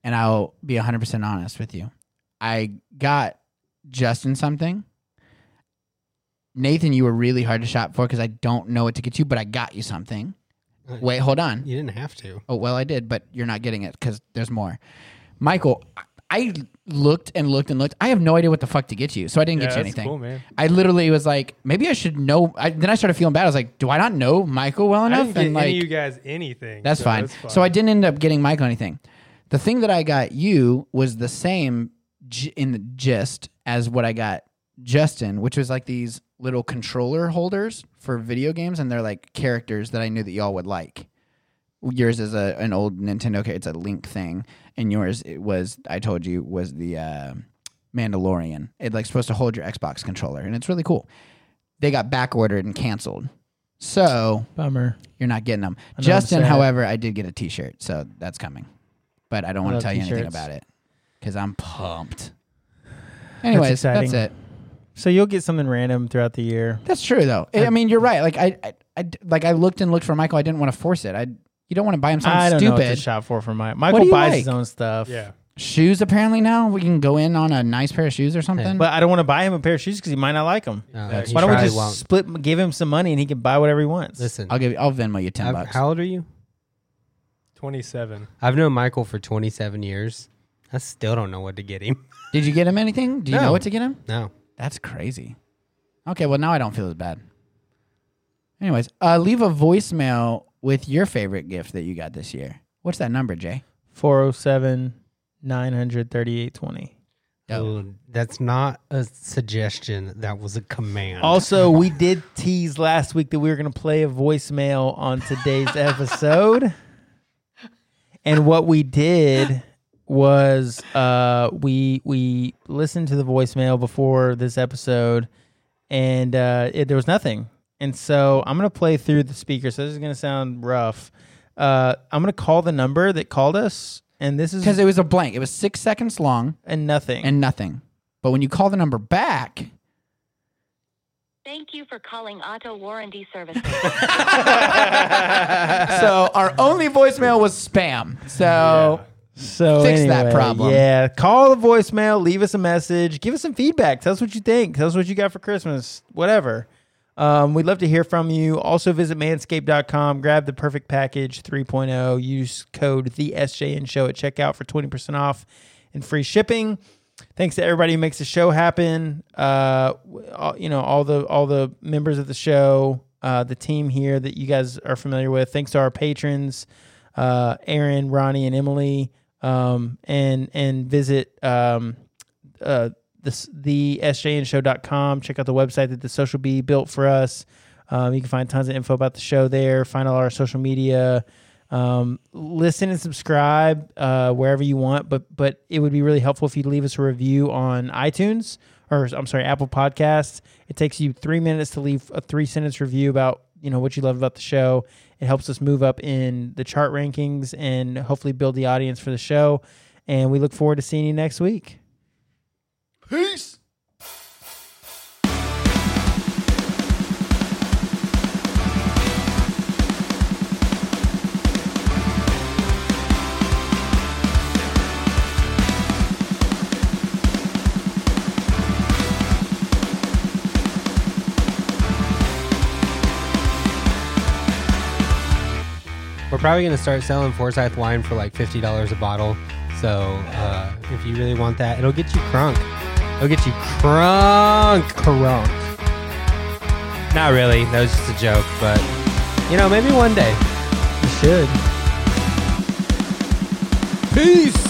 Speaker 3: and I'll be 100 percent honest with you. I got Justin something. Nathan, you were really hard to shop for because I don't know what to get you, but I got you something. Wait, hold on.
Speaker 2: You didn't have to.
Speaker 3: Oh well, I did, but you're not getting it because there's more. Michael, I- I looked and looked and looked. I have no idea what the fuck to get you, so I didn't
Speaker 4: Yeah,
Speaker 3: get
Speaker 4: that's
Speaker 3: you anything.
Speaker 4: cool, man.
Speaker 3: I literally was like, maybe I should know. I, then I started feeling bad. I was like, do I not know Michael well
Speaker 4: I
Speaker 3: enough?
Speaker 4: didn't get
Speaker 3: like,
Speaker 4: any of you guys anything.
Speaker 3: that's
Speaker 4: so
Speaker 3: fine. So I didn't end up getting Michael anything. The thing that I got you was the same g- in the gist as what I got Justin, which was like these little controller holders for video games, and they're like characters that I knew that y'all would like. Yours is a an old Nintendo. Okay, it's a Link thing, and yours it was I told you was the uh, Mandalorian. It like supposed to hold your Xbox controller, and it's really cool. They got back ordered and canceled, so
Speaker 1: Bummer.
Speaker 3: you're not getting them.
Speaker 1: I know, I'm
Speaker 3: Justin,
Speaker 1: sad.
Speaker 3: however, I did get a T-shirt, so that's coming. But I don't
Speaker 1: I
Speaker 3: want to
Speaker 1: love
Speaker 3: tell you anything
Speaker 1: t-shirts.
Speaker 3: about it because I'm pumped. Anyways, that's,
Speaker 1: exciting.
Speaker 3: it.
Speaker 1: So you'll get something random throughout the year.
Speaker 3: That's true though. I, I mean, you're right. Like I, I, I- like I looked and looked for Michael. I didn't want to force it. I, you don't want to buy him something
Speaker 1: I don't know what to
Speaker 3: stupid.
Speaker 1: shop for for my
Speaker 3: do
Speaker 1: Michael
Speaker 3: you
Speaker 1: buys
Speaker 3: like?
Speaker 1: his own stuff.
Speaker 4: yeah,
Speaker 3: shoes apparently now we can go in on a nice pair of shoes or something.
Speaker 1: But I don't want to buy him a pair of shoes because he might not like them.
Speaker 2: Uh,
Speaker 4: Exactly.
Speaker 2: he
Speaker 1: Why don't we
Speaker 2: probably
Speaker 1: just
Speaker 2: won't.
Speaker 1: split? Give him some money and he can buy whatever he wants.
Speaker 2: listen?
Speaker 3: I'll give you. I'll Venmo you ten
Speaker 2: I've-
Speaker 3: bucks.
Speaker 2: how old are you?
Speaker 4: twenty-seven.
Speaker 2: I've known Michael for 27 years. I still don't know what to get him. [LAUGHS]
Speaker 3: Did you get him anything? Do you know
Speaker 2: No.
Speaker 3: what to get him?
Speaker 2: No.
Speaker 3: That's crazy. Okay, well now I don't feel as bad. Anyways, uh, leave a voicemail with your favorite gift that you got this year. What's that number, Jay?
Speaker 1: 407 900 3820.
Speaker 3: Dope.
Speaker 2: Uh, That's not a suggestion. That was a command.
Speaker 3: Oh,
Speaker 1: Also, we did tease last week that we were going to play a voicemail on
Speaker 3: [LAUGHS]
Speaker 1: today's episode. And what we did was uh, we we listened to the voicemail before this episode, and uh, it, there was nothing. And so I'm going to play through the speaker. So this is going to sound rough. Uh, I'm going to call the number that called us, and this
Speaker 3: Because
Speaker 1: is
Speaker 3: it was a blank. It was six seconds long
Speaker 1: and nothing.
Speaker 3: and nothing. But when you call the number back,
Speaker 6: Thank you for calling Auto Warranty Services.
Speaker 3: so our only voicemail was spam. So
Speaker 1: So
Speaker 3: Fix that
Speaker 1: anyway,
Speaker 3: problem.
Speaker 1: Yeah, call the voicemail, leave us a message, give us some feedback. Tell us what you think. Tell us what you got for Christmas. Whatever. Um, we'd love to hear from you. Also visit manscaped.com, grab the perfect package 3.0, use code the SJN show at checkout for 20% off and free shipping. Thanks to everybody who makes the show happen. Uh, w- all, you know, all the all the members of the show, uh, the team here that you guys are familiar with. Thanks to our patrons, uh, Aaron, Ronnie, and Emily. Um, and and visit um, uh, the the sjnshow.com. Check out the website that the social bee built for us. Um, you can find tons of info about the show there. Find all our social media. Um, listen and subscribe uh, wherever you want, but but it would be really helpful if you leave us a review on iTunes or I'm sorry, Apple Podcasts. It takes you three minutes to leave a three sentence review about you know what you love about the show. It helps us move up in the chart rankings and hopefully build the audience for the show. And we look forward to seeing you next week.
Speaker 3: peace.
Speaker 2: We're probably going to start selling Forsyth wine for like $50 a bottle. So uh, if you really want that, it'll get you crunk. I'll get you crunk, crunk. Not really. That was just a joke, but you know, maybe one day.
Speaker 5: You should.
Speaker 2: Peace.